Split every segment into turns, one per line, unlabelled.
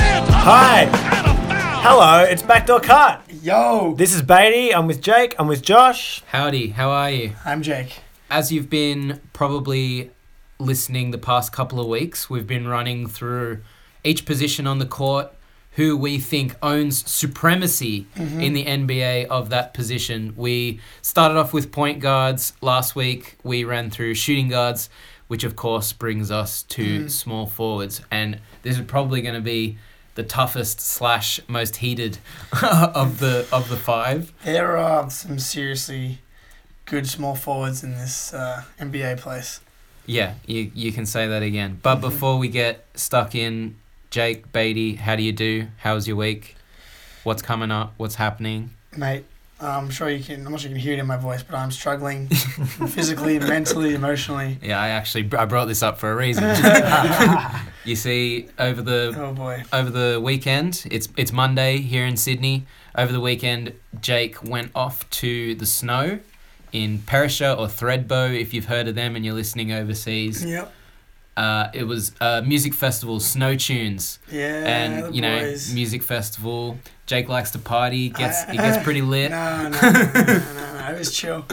Hi. Hello, it's Backdoor Cut.
Yo,
This is Beatty. I'm with Jake. I'm with Josh.
Howdy, how are you?
I'm Jake.
As you've been probably listening the past couple of weeks, we've been running through each position on the court, who we think owns supremacy in the NBA of that position. We started off with point guards last week, we ran through shooting guards, which of course brings us to small forwards. And this is probably going to be the toughest slash most heated of the of the five.
There are some seriously good small forwards in this uh, NBA place.
Yeah, you, you can say that again. But before we get stuck in, Jake, Beatty, how do you do? How's your week? What's coming up? What's happening?
Mate, I'm sure you can. I'm not sure you can hear it in my voice, but I'm struggling physically, mentally, emotionally.
Yeah, I actually I brought this up for a reason. you see, over the
Oh boy.
over the weekend, it's it's Monday here in Sydney. Over the weekend, Jake went off to the snow in Perisher or Threadbow, if you've heard of them and you're listening overseas.
Yep.
Uh, it was a music festival, Snow Tunes.
Yeah. the
and you know
boys.
music festival jake likes to party gets he gets pretty lit
No, no, no, no, no, no, It was chill.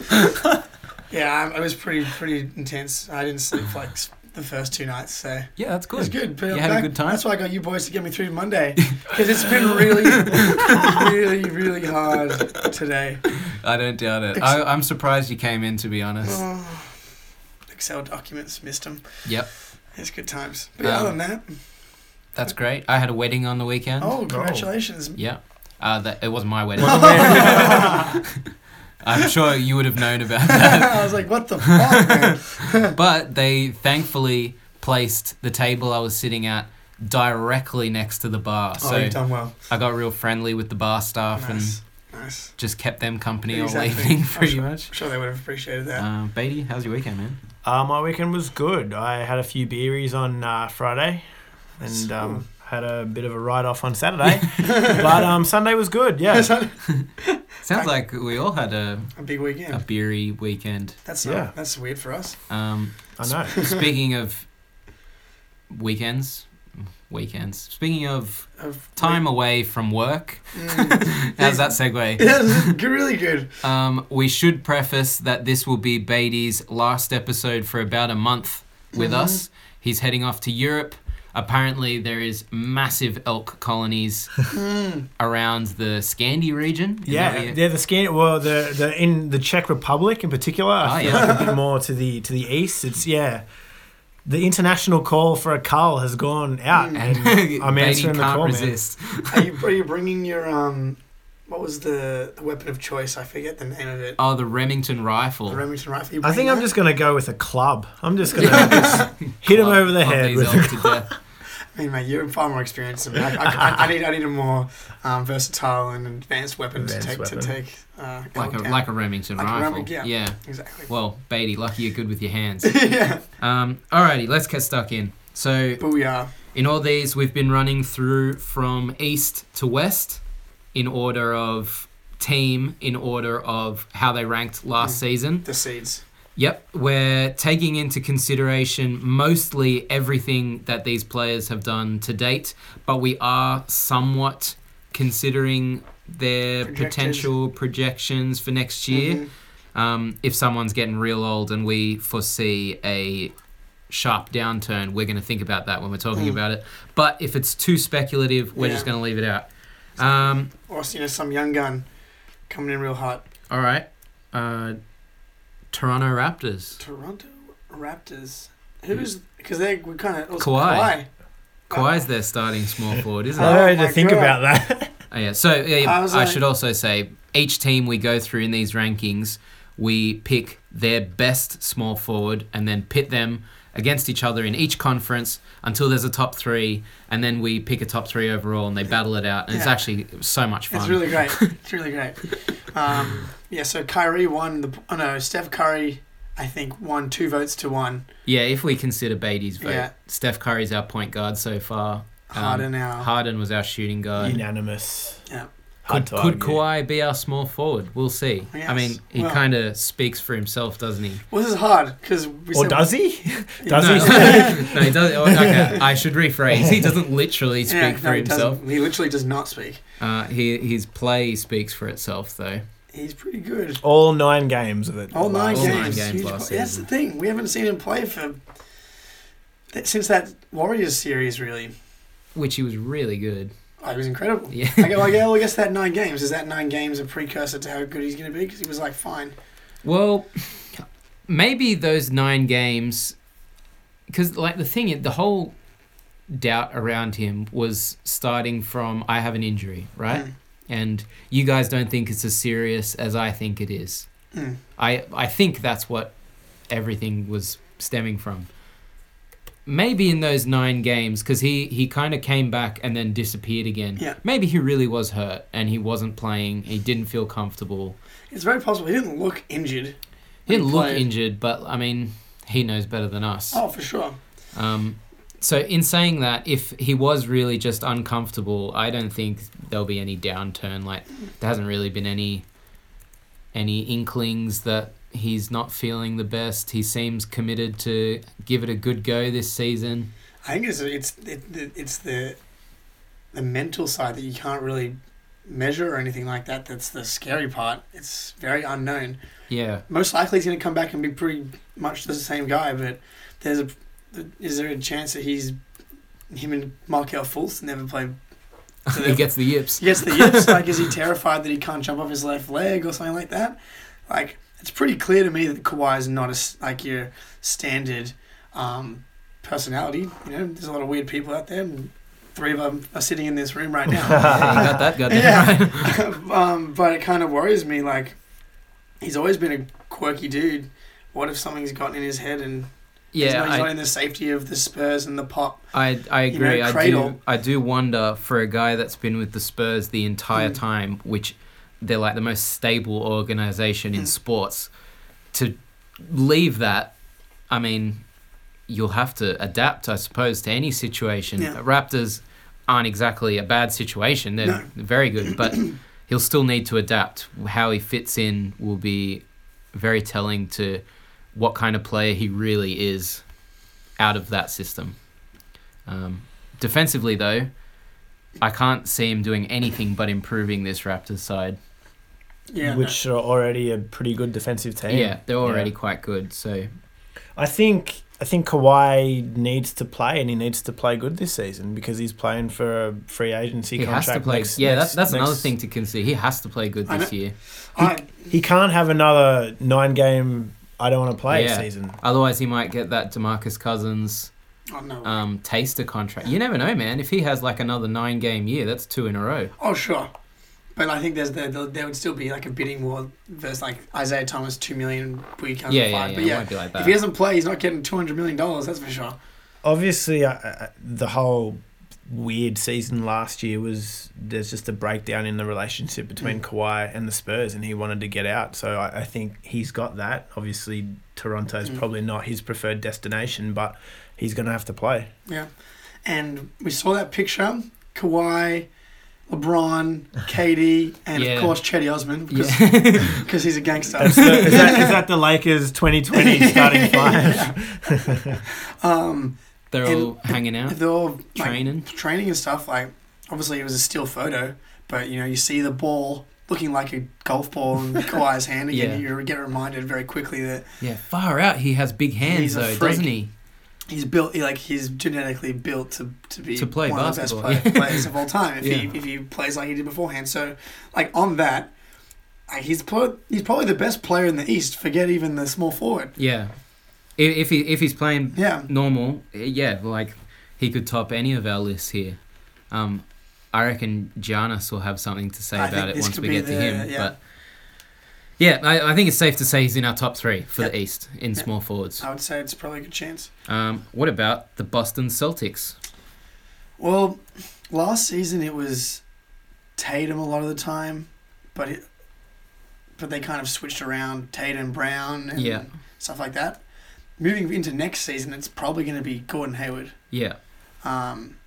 yeah, I, it was pretty, pretty intense. I didn't sleep for, like s- the first two nights, so.
yeah that's
It
good
was good. But
You had a good time?
That's why I got you boys to get me through Monday. Because it's been really, really, really hard today.
i don't doubt it I, i'm surprised you came in to be honest
Oh, Excel documents, missed them.
yep
It's good times. But yeah,
Um,
other than that,
that's great i had a wedding on the weekend
oh, congratulations.
yeah uh, that, it wasn't my wedding
Wasn't
i'm sure you would have known about that
I was like, what the fuck, man?
but they thankfully placed the table i was sitting at directly next to the bar
Oh,
so
you've done well.
i got real friendly with the bar staff
Nice.
and
Nice.
just kept them company
Exactly.
all evening
I'm
pretty
sure-
much
I'm sure they would have appreciated that.
uh, Beatty, how's your weekend, man?
Uh, my weekend was good. I had a few beeries on uh, Friday and um, had a bit of a write off on Saturday. but um, Sunday was good, yeah.
It's not
Sounds like we all had a,
a big
a
weekend.
beery weekend.
That's
Yeah.
not, that's weird for us.
Um,
I know.
speaking of weekends, weekends. Speaking of
Of
time away from work,
Mm.
how's that segue?
yeah, this is really good.
Um, we should preface that this will be Beatty's last episode for about a month with
Mhm.
us. He's heading off to Europe. Apparently, there is massive elk colonies
Mm.
around the Scandi region. Is that
Yeah,
what you-
yeah. The scan, well, the the in the Czech Republic in particular, I
Ah,
feel
yeah.
like a bit more to the to the east. It's yeah, the international call for a cull has gone out,
Mm.
and I'm
Beatty
answering the
can't
call, man.
resist.
Are you, are you bringing your um? What was the, the weapon of choice? I forget the name of it.
Oh, the Remington rifle.
The Remington rifle. You
I think
bringing
I'm
that?
just gonna go with a club. I'm just gonna just hit him
Club-
over the
club
head
these
with.
elk to death.
I mean, mate, you're far more experienced than me. I, I, I- I need, I need a more um, versatile and advanced weapon
Advanced
to take
weapon.
to take. Uh,
like a
down.
like a Remington
Like a
rifle.
Reming- yeah.
yeah.
exactly.
Well, Beatty, lucky you're good with your hands.
yeah,
Um, alrighty, let's get stuck in. So
booyah.
in all these, we've been running through from east to west, in order of team, in order of how they ranked
Mm.
last season.
The seeds.
Yep, we're taking into consideration mostly everything that these players have done to date, but we are somewhat considering their
Projected.
potential projections for next year.
Mhm.
Um, if someone's getting real old and we foresee a sharp downturn, we're going to think about that when we're talking
Mm.
about it. But if it's too speculative, we're just
Yeah.
going to leave it out. Um,
Or you know, some young gun coming in real hot.
all right. Uh, Toronto Raptors.
Toronto Raptors. Who's because they we kind of
Kawhi.
Kawhi.
Kawhi's their starting small forward, isn't
I
it?
Oh
don't know
my
to think
God.
about that.
Oh, yeah. So yeah, yeah,
I
I,
was like-
should also say each team we go through in these rankings, we pick their best small forward and then pit them against each other in each conference until there's a top three, and then we pick a top three overall and they battle it out. And it's
Yeah.
actually so much fun.
It's really great. It's really great. Um, yeah, so Kyrie won the. Oh no, Steph Curry, I think, won two votes to one.
yeah, if we consider Beatty's vote,
Yeah.
Steph Curry's our point guard so far. Um,
Harden now.
Harden was our shooting guard.
Unanimous. Hard
Uh, Could,
to
could
argue.
Kawhi be our small forward? We'll see.
Yes.
I mean, he
Well-
kind of speaks for himself, doesn't he?
Well, this is hard because we
Or
said-
does he? Does
no,
he?
no, he doesn't. oh, Okay, I should rephrase. He doesn't literally speak
Yeah,
for
no, he
himself.
doesn't. He literally does not speak.
Uh, he, his play speaks for itself, though.
He's pretty good.
All nine games of it.
All nine
All
games.
nine games
huge
last
play- That's the
season.
thing. We haven't seen him play for that, since that Warriors series. Really,
Which he was really good.
oh, he was incredible.
Yeah.
I go, I go, well, I guess that nine games is that nine games a precursor to how good he's going to be because he was like fine.
Well, maybe those nine games, because like the thing, the whole doubt around him was starting from I have an injury, right?
Mm.
And you guys don't think it's as serious as I think it is.
Mm.
I I think that's what everything was stemming from. Maybe in those nine games, because he, he kind of came back and then disappeared again.
Yeah.
Maybe he really was hurt and he wasn't playing. He didn't feel comfortable.
It's very possible he didn't look injured.
He
when
didn't look
played.
injured, but I mean, he knows better than us.
Oh, for sure.
Um, so, in saying that, if he was really just uncomfortable, I don't think there'll be any downturn. Like, there hasn't really been any any inklings that he's not feeling the best. He seems committed to give it a good go this season.
I think it's it's it, it's the the mental side that you can't really measure or anything like that. That's the scary part. It's very unknown.
Yeah,
Most likely he's going to come back and be pretty much the same guy, but there's a is there a chance that he's him and Markel Fultz never play? So
he
they're-
gets the yips.
Yes, the yips. like, is he terrified that he can't jump off his left leg or something like that? Like, it's pretty clear to me that Kawhi is not a s like your standard um, personality. You know, there's a lot of weird people out there, and three of them are sitting in this room right now.
Yeah, you got that goddamn
Yeah.
right.
um, but it kind of worries me. Like, he's always been a quirky dude. What if something's gotten in his head and he's,
Yeah,
not, he's
I-
not in the safety of the Spurs and the pop?
I I
You know,
agree. I do
cradle.
I do wonder for a guy that's been with the Spurs the entire
Mm.
time, which they're like the most stable organization in
Mm.
sports, to leave that. I mean, you'll have to adapt, I suppose, to any situation.
Yeah.
Raptors aren't exactly a bad situation. They're
No.
very good, but he'll still need to adapt. How he fits in will be very telling to what kind of player he really is out of that system. Um, defensively, though, I can't see him doing anything but improving this Raptors side.
Yeah. no.
which are already a pretty good defensive team.
Yeah, they're already quite good. So
I think I think Kawhi needs to play, and he needs to play good this season because he's playing for a free agency
he,
contract.
has to play.
next-
yeah,
next-
that's, that's another
next-
thing to consider. He has to play good
I
this year.
I,
He can't have another nine game. I don't want to play
Yeah.
season.
Otherwise, he might get that Demarcus Cousins
oh, no.
um, taster contract. You never know, man. If he has like another nine game year, that's two in a row.
Oh sure, but I think there's the, the, there would still be like a bidding war versus like Isaiah Thomas two million week under
Yeah, yeah,
five.
yeah.
But
It
yeah,
might be like
if he
that.
doesn't play, he's not getting two hundred million dollars. That's for sure.
Obviously, I, I, the whole weird season last year was there's just a breakdown in the relationship between
Mm.
Kawhi and the Spurs, and he wanted to get out. So I, I think he's got that. Obviously, Toronto's
Mm.
probably not his preferred destination, but he's going to have to play.
And we saw that picture: Kawhi, LeBron, KD, and
Yeah.
of course Chetty Osman because
Yeah.
because he's a gangster.
That's the, is, that, is that the Lakers 2020 starting five?
um,
they're
And-
all hanging out,
they're all like,
training.
training and stuff. Like obviously it was a still photo, but you know you see the ball looking like a golf ball in Kawhi's hand, and
Yeah.
you get reminded very quickly that
Yeah, far out. He has big hands
He's a
though,
freak.
doesn't he?
he's built like he's genetically built to, to be
To play
one
basketball,
of the best
yeah.
play, players of all time if
Yeah.
he if he plays like he did beforehand. So like on that, like, he's pro- he's probably the best player in the East. Forget even the small forward.
Yeah. If if, he, if he's playing
Yeah,
normal, eh, yeah, like he could top any of our lists here. Um, I reckon Giannis will have something to say
I
about
think
it
this
once
could
we
be
get to
the-
him.
yeah.
But yeah, I, I think it's safe to say he's in our top three for the East in
Yeah.
small forwards.
I would say it's probably a good chance.
Um, what about the Boston Celtics?
Well, last season it was Tatum a lot of the time, but it, but they kind of switched around Tatum Brown and
Yeah.
stuff like that. Moving into next season, it's probably going to be Gordon Hayward.
Yeah,
Um,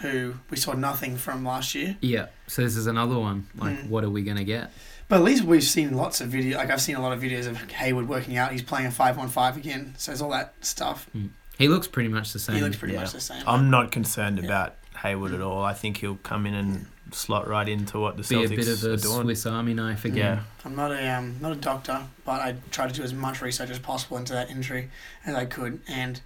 who we saw nothing from last year.
Yeah. So this is another one. Like,
Mm.
what are we gonna get?
But at least we've seen lots of video. Like I've seen a lot of videos of Hayward working out. He's playing five on five again. So there's all that stuff.
He looks pretty much the same.
he looks pretty
yeah.
much the same.
I'm not concerned
Yeah.
about Hayward at all. I think he'll come in and slot right into what the
be
Celtics
a bit of
are
a
doing.
Swiss Army knife
yeah.
again.
I'm not a um, not a doctor, but I tried to do as much research as possible into that injury as I could, and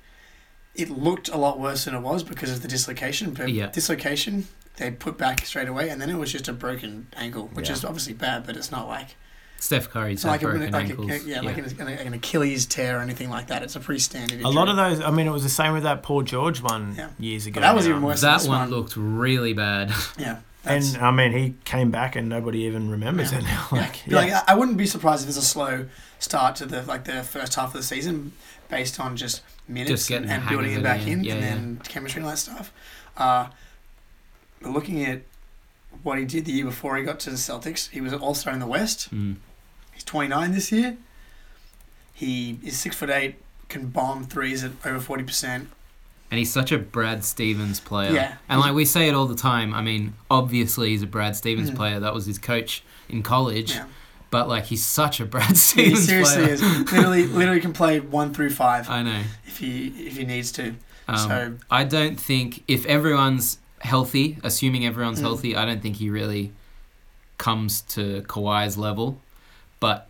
it looked a lot worse than it was because of the dislocation. But
Yeah.
dislocation, they put back straight away, and then it was just a broken ankle, which
Yeah.
is obviously bad, but it's not like
Steph Curry's
it's
had
not like, a, like,
broken
a,
ankles.
yeah, like, an, like an Achilles tear or anything like that. It's a pretty standard. Injury.
A lot of those. I mean, it was the same with that Paul George one
Yeah.
years ago. Um,
But that was
now.
even worse. than
that
this
one
one.
looked really bad.
yeah, that's-
And I mean, he came back and nobody even remembers
Yeah.
it now. Like,
But, Like "Ah." I I wouldn't be surprised if there's a slow start to the like the first half of the season based on just minutes
Just getting
and,
the
and
hang
building
of
it
it,
back
yeah.
in
Yeah,
and then chemistry and all that stuff. Uh, but looking at what he did the year before he got to the Celtics, he was an all star in the West.
Mm.
He's 29 this year. He is six foot eight, can bomb threes at over 40%.
And he's such a Brad Stevens player.
Yeah.
And like we say it all the time, I mean, obviously he's a Brad Stevens
Mm.
player. That was his coach in college.
Yeah.
But like he's such a Brad
He
Stevens
seriously
player.
is. Literally, literally can play one through five
I know.
if he if he needs to.
Um,
so
I don't think if everyone's healthy, assuming everyone's
Mm.
healthy, I don't think he really comes to Kawhi's level. But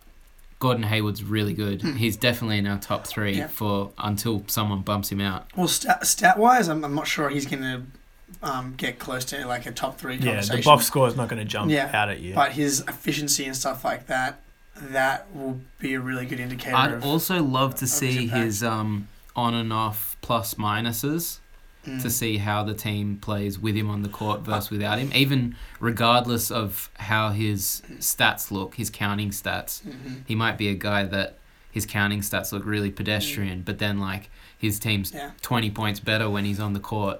Gordon Hayward's really good.
Mm.
He's definitely in our top three
Yeah.
for until someone bumps him out.
Well, stat, stat wise, I'm, I'm not sure he's going to um, get close to like a top three
yeah,
conversation.
the box score is not going to jump
Yeah.
out at you.
But his efficiency and stuff like that, that will be a really good indicator.
I'd
of,
also love to
of his
see
impact.
his um, on and off plus minuses
Mm. Uh,
to see how the team plays with him on the court versus without him, even regardless of how his
hmm.
stats look, his counting stats.
Mhm.
he might be a guy that his counting stats look really pedestrian, but then like his team's
Yeah,
20 points better when he's on the court.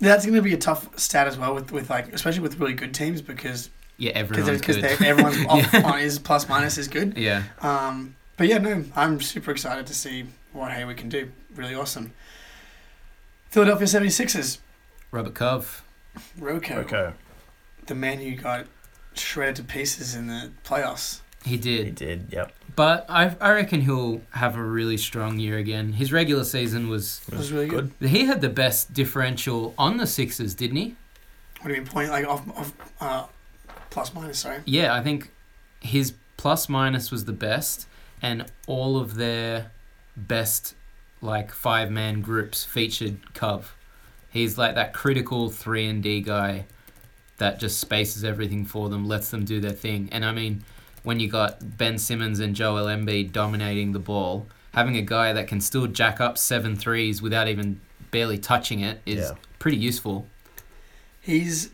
that's going to be a tough stat as well with, with like especially with really good teams because
Yeah,
because
everyone's good.
everyone's off
Yeah.
on his plus minus is good.
yeah.
Um, but yeah, no, I'm super excited to see what Hayward can do. Really awesome. Philadelphia 76ers,
Robert Cove.
Roko,
okay,
the man who got shredded to pieces in the playoffs.
He
he
did.
did. Yep,
But I, I reckon he'll have a really strong year again. His regular season was.
That was really good.
He had the best differential on the Sixers, didn't he?
What do you mean point? Like off, off uh, plus minus. Sorry.
Yeah, I think his plus minus was the best, and all of their best like five man groups featured Cove. He's like that critical three and D guy that just spaces everything for them, lets them do their thing. And I mean, when you got Ben Simmons and Joel Embiid dominating the ball, having a guy that can still jack up seven threes without even barely touching it
Yeah.
is pretty useful.
He's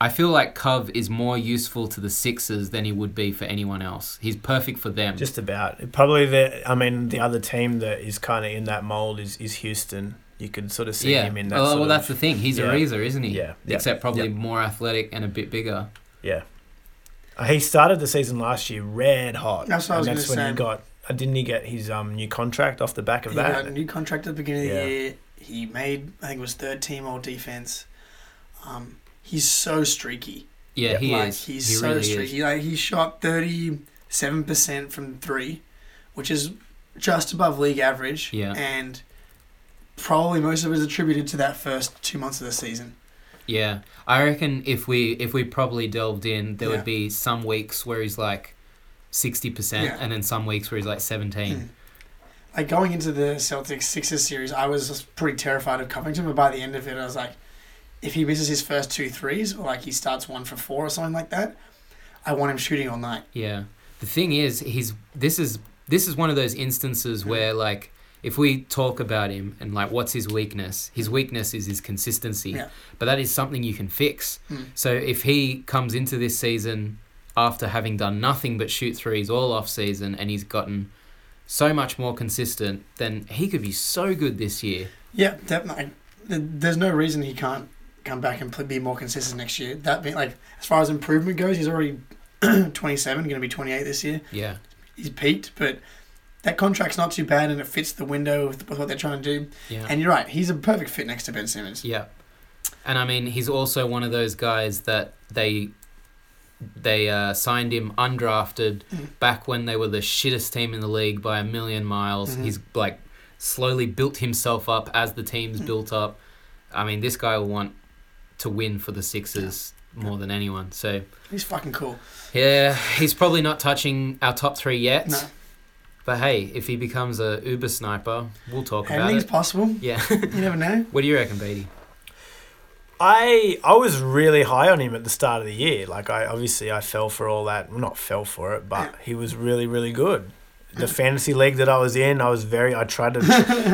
I feel like Cove is more useful to the Sixers than he would be for anyone else. He's perfect for them.
Just about. Probably the. I mean, the other team that is kind of in that mold is is Houston. You could sort of see
yeah. Oh,
him in that.
Oh,
well,
sort
well,
of,
that's the thing. He's
yeah.
a Reza, isn't he?
yeah, yeah,
Except probably
yeah.
more athletic and a bit bigger.
Yeah. Uh, He started the season last year red hot.
That's what I was
and
gonna
that's when
say.
he got. Uh, didn't he get his um, new contract off the back
he
of
got a
that?
new contract at the beginning of
Yeah.
the year. He made I think it was third team all defense. Um, he's so streaky.
Yeah,
Yeah.
he
like
is.
he's
he
so
really
streaky.
is.
Like he shot thirty seven percent from three, which is just above league average.
Yeah.
And probably most of it is attributed to that first two months of the season.
Yeah, I reckon if we if we probably delved in, there
Yeah.
would be some weeks where he's like sixty percent,
Yeah.
and then some weeks where he's like
Hmm.
seventeen.
like going into the Celtics Sixers series, I was just pretty terrified of Covington, but by the end of it, I was like, if he misses his first two threes, or like he starts one for four or something like that, I want him shooting all night.
Yeah. The thing is, he's this is this is one of those instances where like if we talk about him and like what's his weakness, his weakness is his consistency.
Yeah.
But that is something you can fix.
Mm.
So if he comes into this season after having done nothing but shoot threes all off season and he's gotten so much more consistent, then he could be so good this year.
Yeah, definitely. Th- There's no reason he can't come back and pl- be more consistent next year. That being like, as far as improvement goes, he's already 27, going to be 28 this year.
Yeah.
He's peaked, but that contract's not too bad and it fits the window with with what they're trying to do.
Yeah.
And you're right, he's a perfect fit next to Ben Simmons.
yeah. And I mean, he's also one of those guys that they they uh, signed him undrafted
Mhm.
back when they were the shittest team in the league by a million miles.
Mhm.
He's like slowly built himself up as the team's
Mhm.
built up. I mean, this guy will want to win for the Sixers more than anyone. So
He's fucking cool.
yeah, he's probably not touching our top three yet.
No,
But hey, if he becomes a uber sniper, we'll talk about
anything's
it.
possible.
Yeah.
You never know.
what do you reckon, Beatty?
I I was really high on him at the start of the year. Like I obviously I fell for all that. Well, not fell for it, but he was really really good. The fantasy league that I was in, I was very. I tried to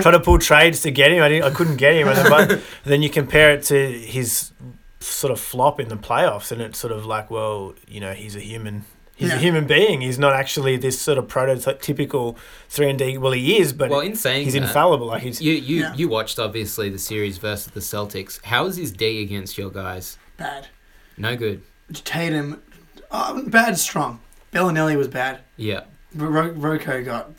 try to pull trades to get him. I didn't. I couldn't get him. And then- But then you compare it to his sort of flop in the playoffs, and it's sort of like, well, you know, he's a human. He's
Yeah.
a human being. He's not actually this sort of prototypical three and D. Well, he is, but
well, in saying
he's
that,
infallible. Like he's
you you
Yeah.
you watched obviously the series versus the Celtics. How is his D against your guys?
Bad.
No good.
Tatum, uh, bad. Strong. Bellinelli was bad.
Yeah.
Ro- Rocco got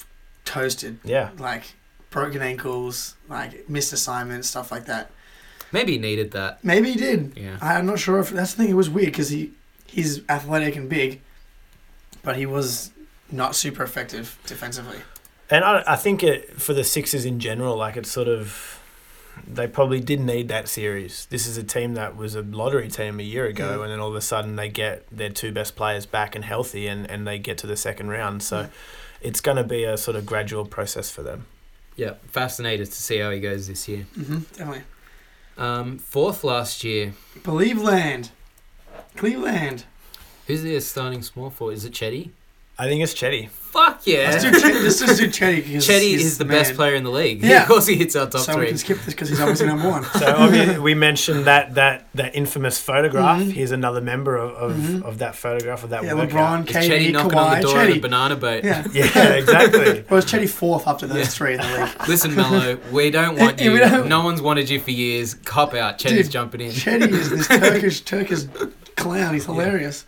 toasted.
yeah.
Like broken ankles. Like missed assignments. Stuff like that.
Maybe he needed that.
Maybe he did.
Yeah.
I'm not sure if that's the thing. It was weird because he he's athletic and big, but he was not super effective defensively.
And I, I think it, for the Sixers in general, like it's sort of they probably did need that series. This is a team that was a lottery team a year ago,
Mm.
and then all of a sudden they get their two best players back and healthy, and, and they get to the second round. So
Mm.
it's going to be a sort of gradual process for them.
Yeah. Fascinated to see how he goes this year.
Mm-hmm. Definitely.
Um, fourth last year.
Believe land. Cleveland.
Who's their starting small for? Is it Chetty?
I think it's Chetty.
Fuck yeah.
Let's, do Chet, let's just do Chetty. 'cause
Chetty
he's
is the
the
best
man.
player in the league.
Yeah.
Of course he hits our top
so we
three.
can skip this because he's obviously number one.
So obviously we mentioned that that that infamous photograph.
Mhm.
Here's another member of of,
Mhm.
of that photograph of that
yeah,
workout.
LeBron,
Is Chetty
KD,
knocking on the
Kawhi,
door of the
Chetty.
banana boat?
Yeah.
Yeah, exactly.
Or was Chetty fourth after those
Yeah.
three in the league?
Listen, Mello, we don't want
Yeah,
you.
we don't-
No one's wanted you for years. Cop out. Chetty's
Dude,
jumping in.
Chetty is this Turkish Turkish clown. He's
Yeah.
hilarious.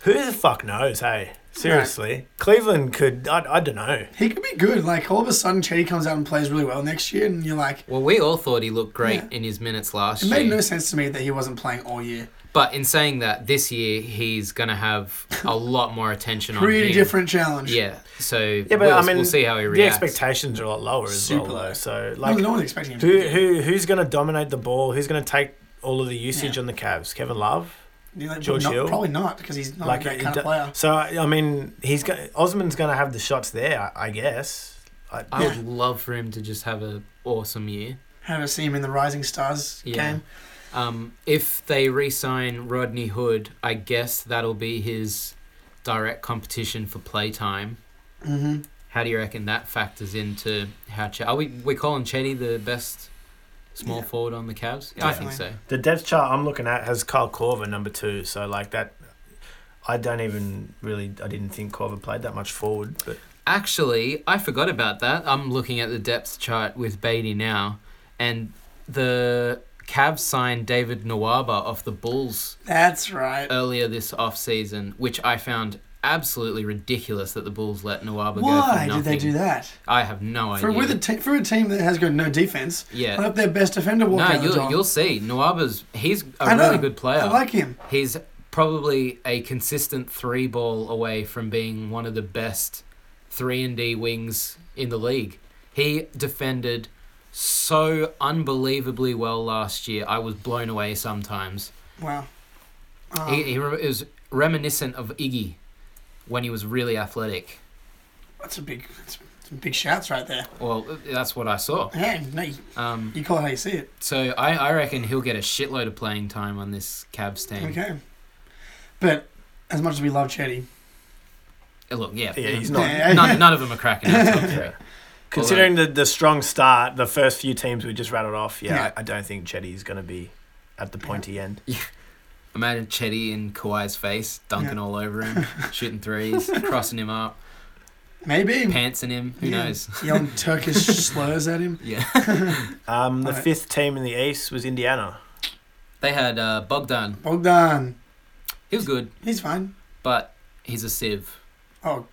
Who the fuck knows? Hey, seriously, Cleveland could. I, I don't know.
He could be good. Like all of a sudden, Chetty comes out and plays really well next year, and you're like,
Well, we all thought he looked great
Yeah.
in his minutes last
it made
year.
no sense to me that he wasn't playing all year.
but in saying that, this year he's going to have a lot more attention on
Pretty
him.
different challenge.
Yeah. So
but
we'll,
I mean,
we'll see how he
The
reacts.
expectations are a lot lower as
Super
well,
low.
though. So
Like,
like,
no, no one's expecting him. to
who
be good.
who who's going to dominate the ball? Who's going to take all of the usage on the Cavs? Kevin Love.
You're like,
George
not,
Hill?
Probably not because he's not
Like,
that
it
kind
do-
of player.
So I I mean, he's go- Osman's going to have the shots there, I, I guess. I,
I would love for him to just have an awesome year.
Haven't seen him in the Rising Stars
Yeah.
game.
Um, if they re sign Rodney Hood, I guess that'll be his direct competition for playtime.
Mm-hmm.
How do you reckon that factors into how Ch- are we we calling Chetty the best small
Yeah.
forward on the Cavs? I think
Definitely.
so.
the depth chart I'm looking at has Kyle Korver number two. So like that, I don't even really. I didn't think Korver played that much forward, but
Actually, I forgot about that. I'm looking at the depth chart with Beatty now, and the Cavs signed David Nawaba off the Bulls
That's right.
earlier this offseason, which I found absolutely ridiculous that the Bulls let Nawaba go for
Why
nothing.
did they do that?
I have no
For
idea.
with a te- for a team that has got no defense,
yeah.
let their best defender walk
No,
out the
you'll,
door.
you'll see. Nawaba's he's
I
a really
know.
good player.
I like him.
He's probably a consistent three ball away from being one of the best three and D wings in the league. He defended so unbelievably well last year. I was blown away sometimes.
Wow. Um,
He, he re- it was reminiscent of Iggy when he was really athletic.
that's a big, that's some big shouts right there.
Well, that's what I saw.
Hey, no, you,
Um,
you call it how you see it.
so I, I reckon he'll get a shitload of playing time on this Cavs team.
Okay. But as much as we love Chetty,
Uh, Look, yeah,
yeah, he's
No.
not.
none, none of them are cracking. in the top three.
Yeah. Considering the, the strong start, the first few teams we just rattled off, yeah, I, I don't think Chetty's going to be at the pointy end.
Imagine Chetty in Kawhi's face, dunking all over him, shooting threes, crossing him up,
maybe
pantsing him. Who
Yeah.
knows?
yelling Turkish slurs at him.
Yeah.
Um, the
Alright.
fifth team in the East was Indiana.
They had uh, Bogdan.
Bogdan,
He was good,
he's fine.
but he's a sieve.
Oh,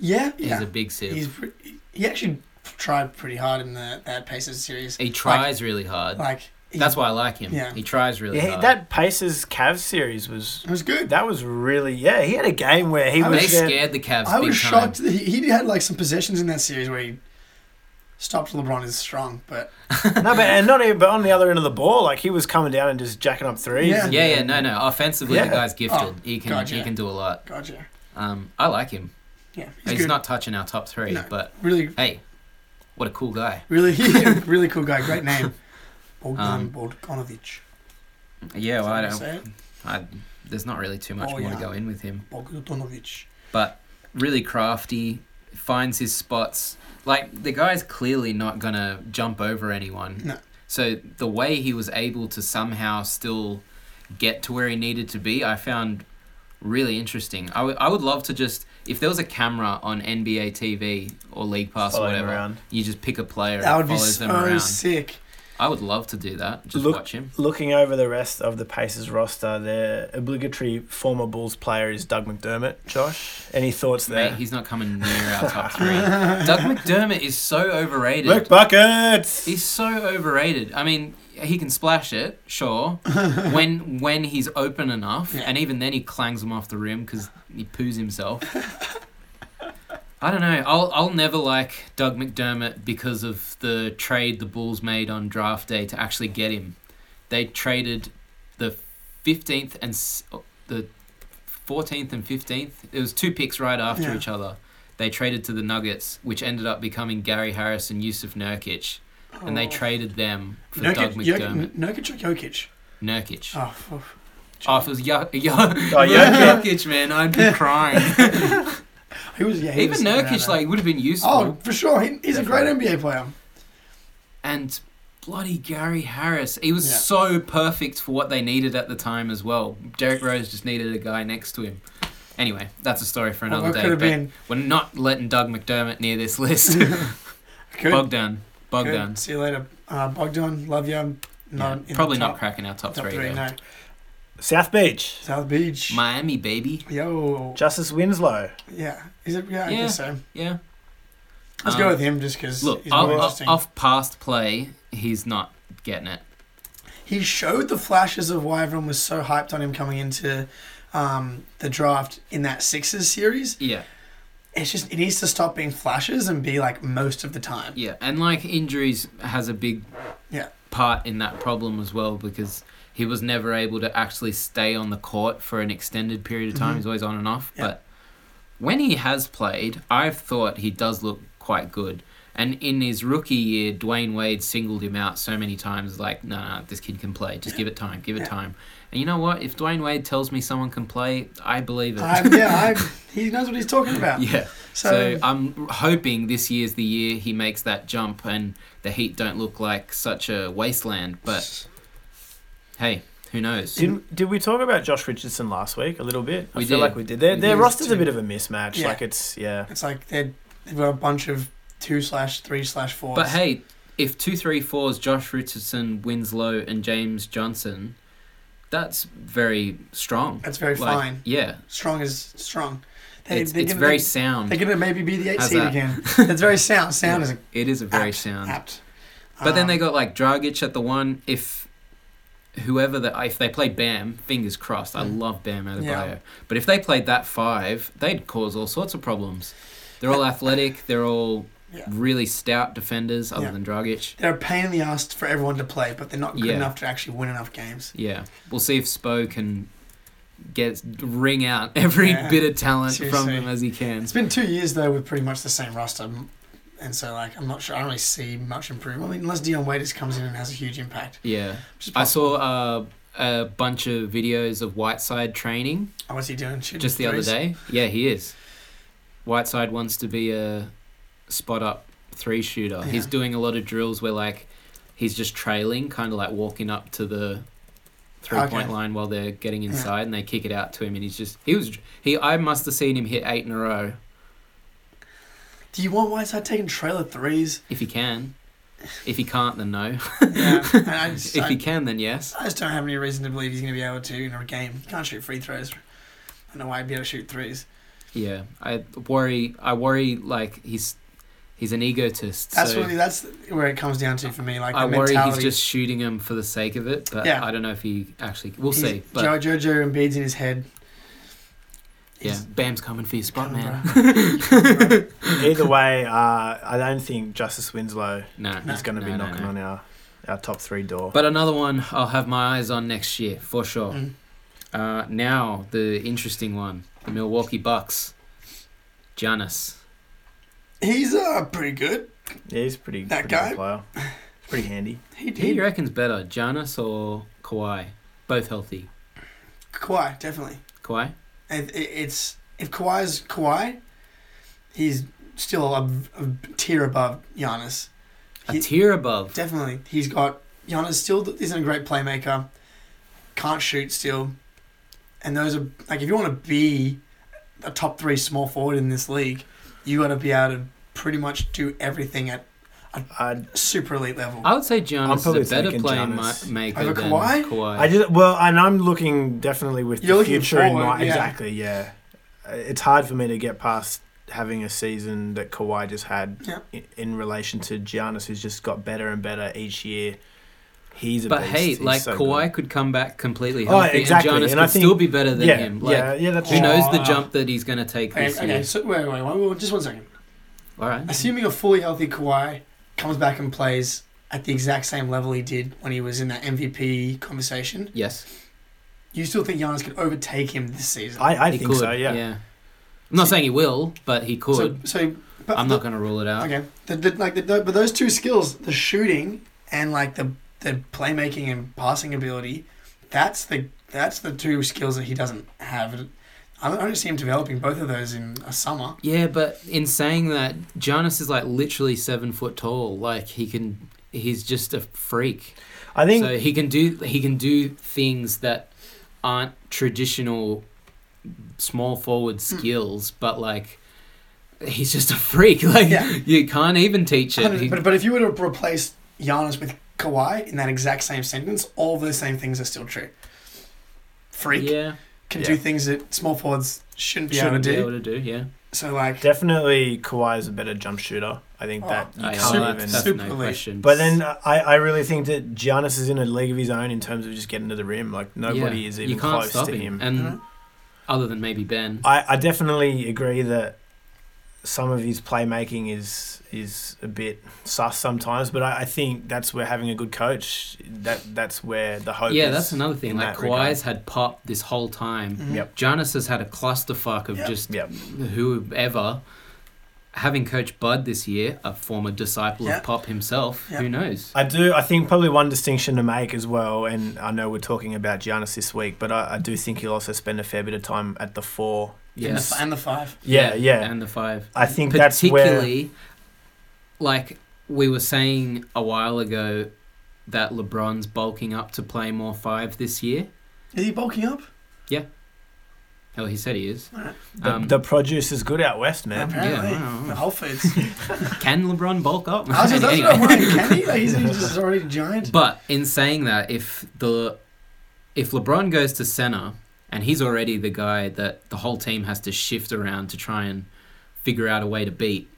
yeah,
He's
yeah.
a big sieve.
He's pre- he actually tried pretty hard in the that Pacers series.
he tries really hard.
Like
That's why I like him.
Yeah.
He tries really
Yeah, he-
hard.
that Pacers Cavs series was
It was good.
that was really yeah. He had a game where he
I
was
they
there-
scared the Cavs
I
big
was
time.
shocked. That he, he had like some possessions in that series where he stopped LeBron is strong, but
no, but and not even but on the other end of the ball, like he was coming down and just jacking up threes.
Yeah.
and-
Yeah, yeah, no, no. Offensively,
Yeah.
the guy's gifted.
Oh,
he can
God,
he
yeah.
can do a lot.
gotcha.
Um, I like him.
Yeah, he's,
He's,
good.
not touching our top three,
No.
but
really,
hey, what a cool guy.
really, really cool guy. Great name, Bogdan
Um,
Bogdanovic.
Yeah,
Is
well,
that
I
how you
don't.
say it?
I, there's not really too much
Oh,
more to
yeah.
go in with him,
Bogdanovic.
but really crafty, finds his spots. Like the guy's clearly not gonna jump over anyone.
No.
So the way he was able to somehow still get to where he needed to be, I found really interesting. I would- I would love to just if there was a camera on NBA TV or League Pass or
following
whatever,
around.
you just pick a player
That
and
would be
follows them
so
around.
sick.
I would love to do that. Just
Look-
watch him.
Looking over the rest of the Pacers roster, their obligatory former Bulls player is Doug McDermott. Josh, any thoughts
Mate,
there?
he's not coming near our top three. Doug McDermott is so overrated.
Look buckets.
He's so overrated. I mean, he can splash it, sure, when when he's open enough,
Yeah.
and even then he clangs them off the rim because he poos himself. I don't know. I'll I'll never like Doug McDermott because of the trade the Bulls made on draft day to actually get him. They traded the fifteenth and s- oh, the fourteenth and fifteenth. It was two picks right after
Yeah.
each other. They traded to the Nuggets, which ended up becoming Gary Harris and Yusuf Nurkic and they
Oh.
traded them for Doug
Jokic,
McDermott.
Jokic, Nurkic or Jokic?
Nurkic.
Oh, oh.
Oh, if it was Yo- Yo- Nurkic,
Jokic.
man, I'd be crying.
He was, yeah, he
Even
was good at
Nurkic,
that.
like, would have been useful.
Oh, for sure. He, he's a great
Definitely.
NBA player.
And bloody Gary Harris. He was
Yeah.
so perfect for what they needed at the time as well. Derek Rose just needed a guy next to him. Anyway, that's a story for another
What could
day.
have
But
been?
We're not letting Doug McDermott near this list.
Good.
Bogdan. Bogdan.
Good. See you later. Uh, Bogdan, love you.
Yeah,
Not in the
Probably not
top-
cracking our top,
Top
three,
three,
though.
no.
South Beach.
South Beach.
Miami, baby.
Yo.
Justice Winslow.
Yeah. Is it? Yeah, I
Yeah.
guess so.
Yeah.
Let's
Um,
go with him just because
Look,
he's more
off, off,
interesting.
off past play, he's not getting it.
He showed the flashes of why everyone was so hyped on him coming into um, the draft in that Sixers series.
Yeah,
It's just, it needs to stop being flashes and be like most of the time.
yeah, and like injuries has a big
Yeah.
part in that problem as well because he was never able to actually stay on the court for an extended period of time.
Mhm.
He's always on and off,
Yeah.
but when he has played, I've thought he does look quite good. And in his rookie year, Dwayne Wade singled him out so many times, like, nah, nah, this kid can play. Just give it time, give it
Yeah.
time. And you know what? If Dwayne Wade tells me someone can play, I believe it.
I, yeah, I, he knows what he's talking about.
yeah.
So,
So I'm hoping this year's the year he makes that jump and the Heat don't look like such a wasteland. But hey, who knows?
Did, did we talk about Josh Richardson last week a little bit?
We
I feel
did.
like we did. Their,
We
their
did.
roster's a bit of a mismatch.
Yeah.
Like it's yeah.
it's like they're- they've got a bunch of two slash three slash fours.
But hey, if two, three, fours, Josh Richardson, Winslow, and James Johnson, that's very strong.
that's very
Like,
fine.
Yeah,
Strong is strong.
it's,
they're
it's
gonna-
very
They're
sound.
going to maybe be the eight
How's
seed
that?
again. It's very sound. Sound
Yeah.
is
It is a very
apt,
sound.
apt.
But then
Um,
they got like Dragic at the one. If whoever that if they play Bam, fingers crossed. I
Mm.
love Bam Adebayo.
Yeah.
But if they played that five, they'd cause all sorts of problems. They're all athletic. They're all
Yeah.
really stout defenders, other
Yeah.
than Dragic.
They're a pain in the ass for everyone to play, but they're not good
Yeah.
enough to actually win enough games.
Yeah, we'll see if Spo can get wring out every
Yeah.
bit of talent from
Seriously.
him as he can.
It's been two years though with pretty much the same roster, m- and so like I'm not sure. I don't really see much improvement I mean, unless Dion Waiters comes in and has a huge impact.
Yeah,
Which is
I
possible.
saw uh, a bunch of videos of Whiteside training.
Oh, what's he doing? Shooting
just the
threes?
other day. Yeah, he is. Whiteside wants to be a spot up three shooter. He's
Yeah.
doing a lot of drills where like he's just trailing, kind of like walking up to the three point
Okay.
line while they're getting
Yeah.
inside, and they kick it out to him, and he's just he was he. I must have seen him hit eight in a row
Do you want Whiteside taking trailer threes?
if he can. If he can't, then no.
yeah, and I just,
if
I,
he can, then yes.
I just don't have any reason to believe he's going to be able to in a game. He can't shoot free throws. I don't know why he'd be able to shoot threes.
Yeah, I worry. I worry like he's He's an egotist.
That's
so
what that's where it comes down to for me. Like
I
the
worry
mentality.
he's just shooting him for the sake of it, but
Yeah.
I don't know if he actually. We'll
he's-
see. But
Jo- Jojo and Beads in his head.
yeah,
He's-
Bam's coming for your spot,
Come
man.
on, bro. Come on,
Either way, uh, I don't think Justice Winslow
No,
is going to
no,
be
no,
knocking
no.
on our, our top three door.
But another one I'll have my eyes on next year for sure.
bro. Mm.
Uh, now the interesting one, the Milwaukee Bucks. Giannis.
He's uh pretty good.
yeah, he's a pretty,
That
pretty good
guy?
player. Pretty handy.
He
Who do
he
you reckon's better, Giannis or Kawhi? Both healthy.
Kawhi definitely.
Kawhi.
And it, it's if Kawhi's Kawhi, he's still a, a tier above Giannis.
A
He-
tier above.
Definitely, he's got Giannis still isn't a great playmaker, can't shoot still, and those are like if you want to be a top three small forward in this league, you got to be able to pretty much do everything at
I'd,
super elite level.
I would say
I'm
Giannis
probably
is a better
taking
playmaker
Giannis.
maker
Over
than
Kawhi?
Kawhi.
I just well, and I'm looking definitely with
You're
the
looking
future in
forward,
mind.
yeah.
Exactly, yeah. Uh, It's hard for me to get past having a season that Kawhi just had
Yeah.
in, in relation to Giannis, who's just got better and better each year. He's a
but
beast.
hey,
He's
like
so
Kawhi could come back completely
Oh,
healthy,
exactly,
and Giannis
and
could
I think-
still be better
good.
than
Yeah,
him. Like,
yeah, yeah. That's
who
true. Oh.
knows the
Aw.
jump that he's going to take
okay,
this
okay,
year?
so wait, wait, wait, wait, just one second.
All right.
Assuming a fully healthy Kawhi comes back and plays at the exact same level he did when he was in that MVP conversation,
Yes,
you still think Giannis could overtake him this season?
I, I
he
think
could.
so. Yeah.
I'm not saying he will, but he could.
So, so but
I'm
the-
not going to rule it out.
Okay, the, the, like the, but those two skills, the shooting and like the the playmaking and passing ability, that's the that's the two skills that he doesn't have. I don't, I don't see him developing both of those in a summer.
Yeah, but in saying that, Giannis is like literally seven foot tall. Like he can, he's just a freak.
I think
so he can do he can do things that aren't traditional small forward skills, but like he's just a freak. Like
Yeah.
you can't even teach it. He-
But, but if you were to replace Giannis with Kawhi in that exact same sentence, all those same things are still true. Freak
yeah,
can
Yeah.
do things that small forwards shouldn't be able
shouldn't
to
be
do.
able to do. Yeah,
So like,
definitely Kawhi is a better jump shooter. I think
Oh,
that you
Oh, yeah,
can't
super-
even.
that's, that's
super
no
elite.
question.
But then I, I really think that Giannis is in a league of his own in terms of just getting to the rim. Like nobody
Yeah,
is
you
even
can't
close
stop
to him.
and
Mhm.
other than maybe Ben.
I, I definitely agree that some of his playmaking is is a bit sus sometimes, but I, I think that's where having a good coach that that's where the hope.
yeah,
is
that's another thing.
in
Like
that regard.
Kawhi's had pop this whole time.
Mhm.
Yep.
Giannis has had a clusterfuck of
Yep.
just
Yep.
whoever. Having Coach Bud this year, a former disciple
Yeah.
of Pop himself,
Yeah.
who knows?
I do. I think probably one distinction to make as well, and I know we're talking about Giannis this week, but I, I do think he'll also spend a fair bit of time at the four.
and,
Yes.
the, and the five.
Yeah, yeah.
And the five.
I think that's where.
Particularly, like we were saying a while ago, that LeBron's bulking up to play more five this year.
Is he bulking up?
Hell, he said he is.
The,
um,
the produce is good out west, man.
Apparently,
Yeah.
the Whole Foods.
Can LeBron bulk up?
I was just, that's
Anyway.
what I'm wondering. Can he? Like, he's, he's just already a giant.
But in saying that, if the if LeBron goes to center and he's already the guy that the whole team has to shift around to try and figure out a way to beat,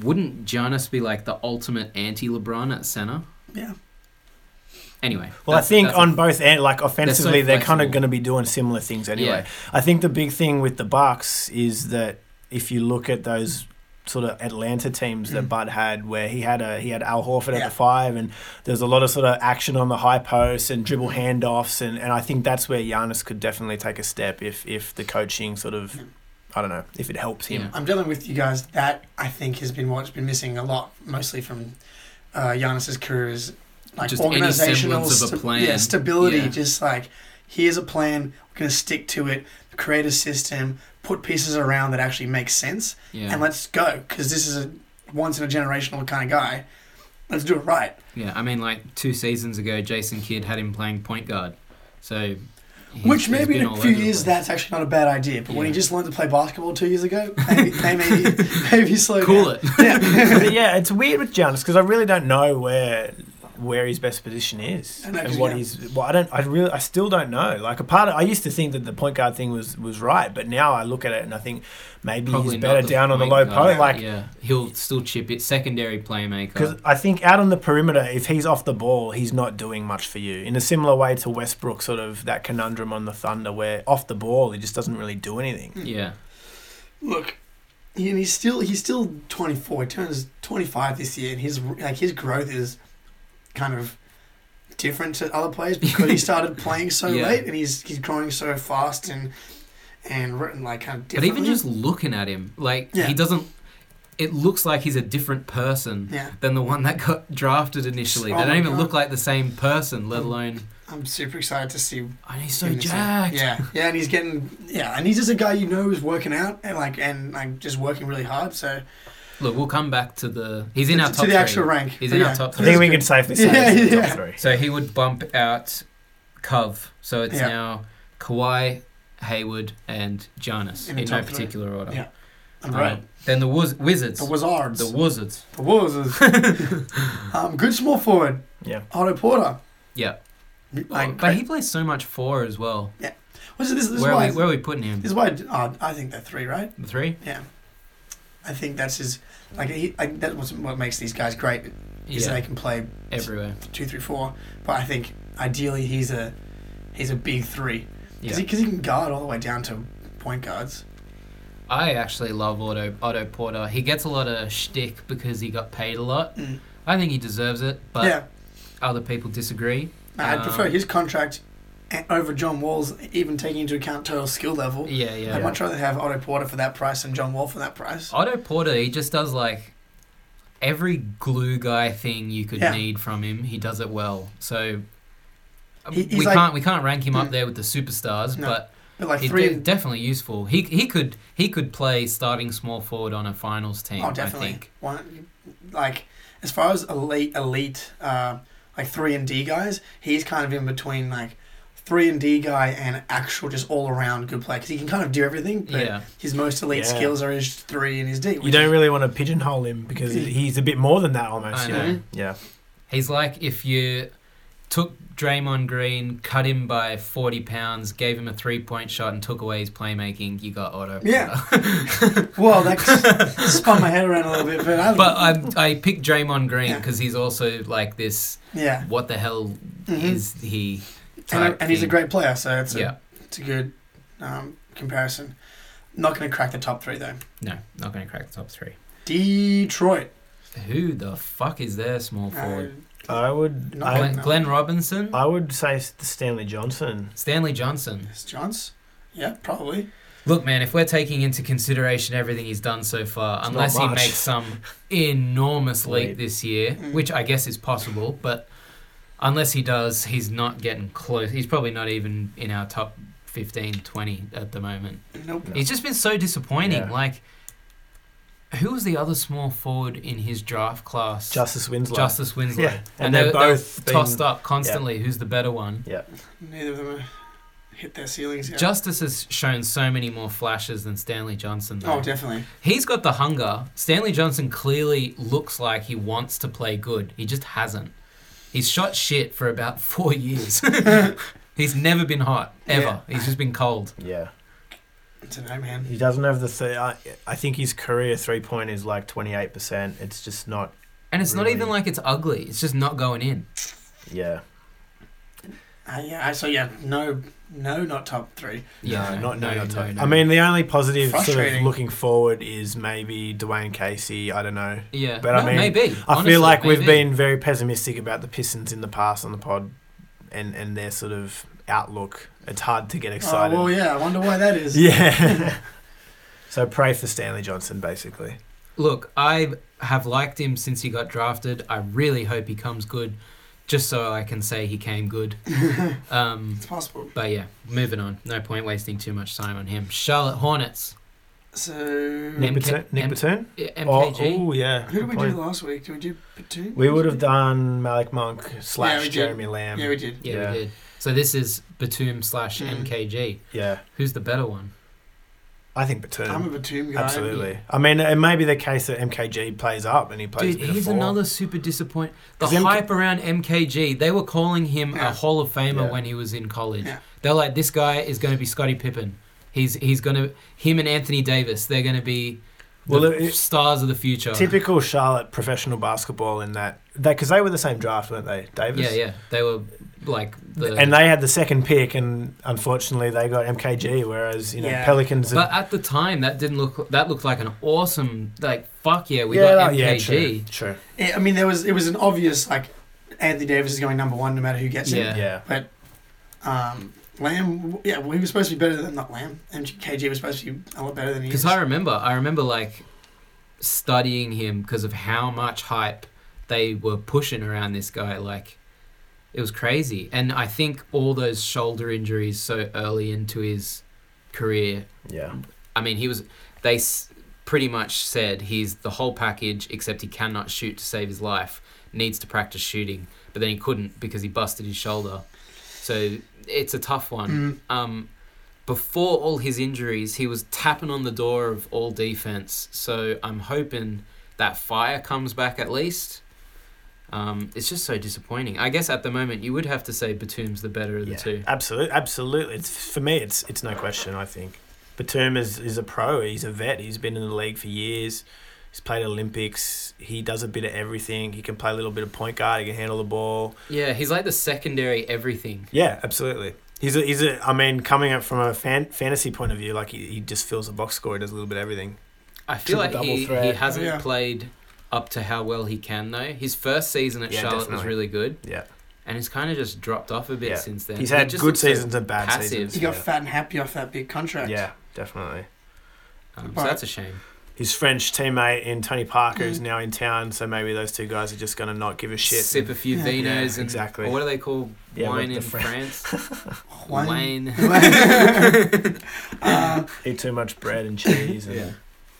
wouldn't Giannis be like the ultimate anti-LeBron at center?
Yeah.
Anyway,
Well, I
that's-
think
that's-
on both end, like offensively, they're, kind
flexible.
of going to be doing similar things anyway.
Yeah.
I think the big thing with the Bucks is that if you look at those sort of Atlanta teams that
Mm.
Bud had, where he had a he had Al Horford at
Yeah.
the five, and there's a lot of sort of action on the high post and dribble
Mm-hmm.
handoffs, and, and I think that's where Giannis could definitely take a step if if the coaching sort of, I don't know, if it helps him.
I'm dealing with you guys. That I think has been what's been missing a lot, mostly from uh, Giannis's career, is like
Just any
organizational
semblance of a
sta-
plan.
yeah, stability.
Yeah.
Just like here's a plan, we're gonna stick to it, create a system, put pieces around that actually make sense,
yeah,
and let's go. Because this is a once in a generational kind of guy. Let's do it right.
yeah. I mean, like two seasons ago, Jason Kidd had him playing point guard, so he's-
Which
he's
maybe
been
in
all
a
over
few
the
years
place.
that's actually not a bad idea. But when he
Yeah.
just learned to play basketball two years ago, maybe maybe, maybe slow
cool
down.
it.
Yeah.
uh, but yeah, it's weird with Giannis because I really don't know where where his best position is
I know, 'cause
and
you
what
don't-
he's. Well, I don't. I really. I still don't know. Like a part. Of, I used to think that the point guard thing was was right, but now I look at it and I think maybe
Probably
he's
not
better down on the
point
low
guard,
post. Like
yeah, he'll still chip it. Secondary playmaker.
Because I think out on the perimeter, if he's off the ball, he's not doing much for you. In a similar way to Westbrook, sort of that conundrum on the Thunder, where off the ball, he just doesn't really do anything.
yeah,
Look, he- and he's still he's still 24. He turns 25 this year, and his like his growth is kind of different to other players because he started playing so
Yeah.
late, and he's he's growing so fast and and written like kind of
but
differently.
even just looking at him, like
Yeah.
he doesn't. It looks like he's a different person
yeah,
than the one that got drafted initially.
Oh
they
my
don't even
God. Um,
look like the same person, let alone.
I'm super excited to see
And he's so
him this year.
jacked.
Yeah, yeah, and he's getting yeah, and he's just a guy you know who's working out and like and like just working really hard. So
Look, we'll come back to the. He's in
to,
our
to
top
the
three.
actual rank.
He's
But
in our
yeah,
top
I
three.
think we can safely say
Yeah,
it's the
yeah.
top three.
So he would bump out Cove. So it's
Yeah.
now Kawhi, Hayward, and Giannis
In
in,
the
no
top three.
particular order.
Yeah. I'm
Um,
right.
then the Wiz- Wizards.
The Wizards.
The Wizards.
The Wolves. um, good small forward,
Yeah.
Otto Porter.
Yeah.
Like,
but he plays so much four as well.
what's this? This is
Where are,
why.
we, where are we putting him?
This is why. Oh, I think they're three, right?
The three?
Yeah. I think that's his. Like he, like that's what's, what makes these guys great is
Yeah.
they can play
Everywhere.
two, three, four. But I think ideally he's a he's a big three
Yeah.
because he, can guard all the way down to point guards.
I actually love Otto, Otto Porter. He gets a lot of shtick because he got paid a lot.
Mm.
I think he deserves it, but
yeah,
other people disagree.
I'd
um,
prefer his contract a- over John Wall's, even taking into account total skill level.
Yeah, yeah.
I'd much rather have Otto Porter for that price than John Wall for that price.
Otto Porter, he just does like every glue guy thing you could
Yeah.
need from him. He does it well. So um,
He- he's
we
like-
can't we can't rank him up
Mm.
there with the superstars,
No,
but
But like
he's
three,
de- definitely useful. He he could he could play starting small forward on a finals team.
oh, definitely.
I think.
One, like as far as elite, elite, uh, like three and D guys, he's kind of in between like three and D guy and actual just all around good player because he can kind of do everything. But
Yeah.
his most elite
Yeah.
skills are his three and his D.
You
which
don't
is-
really want to pigeonhole him because he's a bit more than that almost.
I
you
know.
know? Yeah.
He's like if you took Draymond Green, cut him by forty pounds, gave him a three point shot, and took away his playmaking, you got Otto.
Yeah.
Porter.
Well, that spun my head around a little bit, but I,
But I I picked Draymond Green
Yeah.
because he's also like this.
yeah,
what the hell
Mhm.
is he?
and, I-
type
and he's a
thing.
great player, so it's a,
yeah.
it's a good um, comparison. Not going to crack the top three though.
No, not going to crack the top three.
Detroit.
Who the fuck is their small forward?
I would.
Not
I,
Glenn,
no.
Glenn Robinson,
I would say S- Stanley Johnson.
Stanley Johnson.
Is Johns? Uh, Yeah, probably.
Look, man, if we're taking into consideration everything he's done so far,
It's not
unless he
much.
makes some enormous leap
Leap.
this year,
Mm.
which I guess is possible, but unless he does, he's not getting close. He's probably not even in our top 15, 20 at the moment.
Nope.
No.
It's just been so disappointing.
Yeah.
Like, who was the other small forward in his draft class?
Justice Winslow.
Justice Winslow.
Yeah. And, they're,
they- they were
both been-
tossed up constantly. Who's the better one?
Neither of them have hit their ceilings yet.
Justice has shown so many more flashes than Stanley Johnson. Though.
oh, definitely.
He's got the hunger. Stanley Johnson clearly looks like he wants to play good. He just hasn't. He's shot shit for about four years. He's never been hot ever.
Yeah.
He's just been cold.
Yeah.
I don't know, man.
He doesn't have the. Th- I, I think his career three point is like 28%. It's just not.
And it's not
Really?
even like it's ugly. It's just not going in.
Yeah.
Uh, yeah, I- so yeah, no, no, not top three. Oh,
No, not no, not top.
no.
I mean, the only positive sort of
Frustrating.
looking forward is maybe Dwayne Casey. I don't know.
Yeah,
But I mean,
maybe.
I
Honestly,
feel like we've
maybe.
been very pessimistic about the Pistons in the past on the pod, and and their sort of outlook. It's hard to get excited.
Oh, well, yeah, I wonder why that is.
yeah. so pray for Stanley Johnson, basically.
Look, I have liked him since he got drafted. I really hope he comes good, just so I can say he came good. um,
It's possible.
but yeah, moving on. No point wasting too much time on him. Charlotte Hornets.
So,
Nick
MK
Batum. Nick
M-
Batum.
Yeah,
Oh,
MKG.
ooh,
Mm.
yeah.
who did
good
we
point.
do last week? Did we do Batum?
We would have done Malik Monk slash
did.
Jeremy Lamb.
Yeah, we did.
yeah,
yeah.
we Hmm. did. So this is Batum slash MKG.
Yeah.
Who's the better one?
I think Batum.
I'm a Batum guy.
Absolutely. I mean, it may be the case that MKG plays up and he plays.
Dude,
a bit of
he's
four.
another super disappoint. The
'Cause MK
hype around MKG, they were calling him
Yeah.
a Hall of Famer
Yeah.
when he was in college.
Yeah.
They're like, this guy is going to be Scottie Pippen. He's he's going to him and Anthony Davis. They're going to be the
Well, it- it-
stars of the future.
Typical Charlotte professional basketball in that they because they were the same draft, weren't they, Davis?
yeah, yeah, they were like the.
And they had the second pick, and unfortunately, they got MKG. Whereas you know
Yeah.
Pelicans.
but at the time, that didn't look. That looked like an awesome. Like fuck yeah, we got
that- yeah, true.
MKG.
true.
Yeah, I mean, there was it was an obvious like Anthony Davis is going number one no matter who gets
Yeah.
Yeah.
it. Um, Lamb, yeah, well, he was supposed to be better than not Lamb. MKG was supposed to be a lot better than he is.
Because I remember, I remember like studying him because of how much hype they were pushing around this guy. Like it was crazy, and I think all those shoulder injuries so early into his career.
Yeah.
I mean, he was they s- pretty much said he's the whole package except he cannot shoot to save his life. Needs to practice shooting, but then he couldn't because he busted his shoulder. So it's a tough one
Mm.
um, before all his injuries, he was tapping on the door of all defense. So I'm hoping that fire comes back at least. Um, it's just so disappointing. I guess at the moment you would have to say Batum's the better of the two.
Absolutely, absolutely. It's for me. It's it's no question. I think Batum is is a pro. He's a vet. He's been in the league for years. He's played Olympics. He does a bit of everything. He can play a little bit of point guard. He can handle the ball.
Yeah, he's like the secondary everything.
Yeah, absolutely. He's a, he's a. I mean, coming up from a fan, fantasy point of view, like he, he just fills a box score. He does a little bit of everything.
I
Triple
feel like he,
double
he
threat.
hasn't
Yeah.
played up to how well he can though. His first season at
Yeah,
Charlotte was
definitely.
really good,
Yeah,
and he's kind of just dropped off a bit
Yeah.
since then.
he's
He
had
just
good
looks so-
seasons and bad
passive.
seasons.
he got
yeah.
fat and happy off that big contract.
yeah, definitely.
um, so
Alright.
that's a shame.
His French teammate in Tony Parker
Mm.
is now in town, so maybe those two guys are just gonna not give a shit.
Sip a few
Yeah.
vinos
Yeah,
and
exactly.
or what do they call
Yeah,
wine
like the
in
Fran-
France?
Wayne.
Wine.
Uh,
Eat too much bread and cheese. And,
Yeah.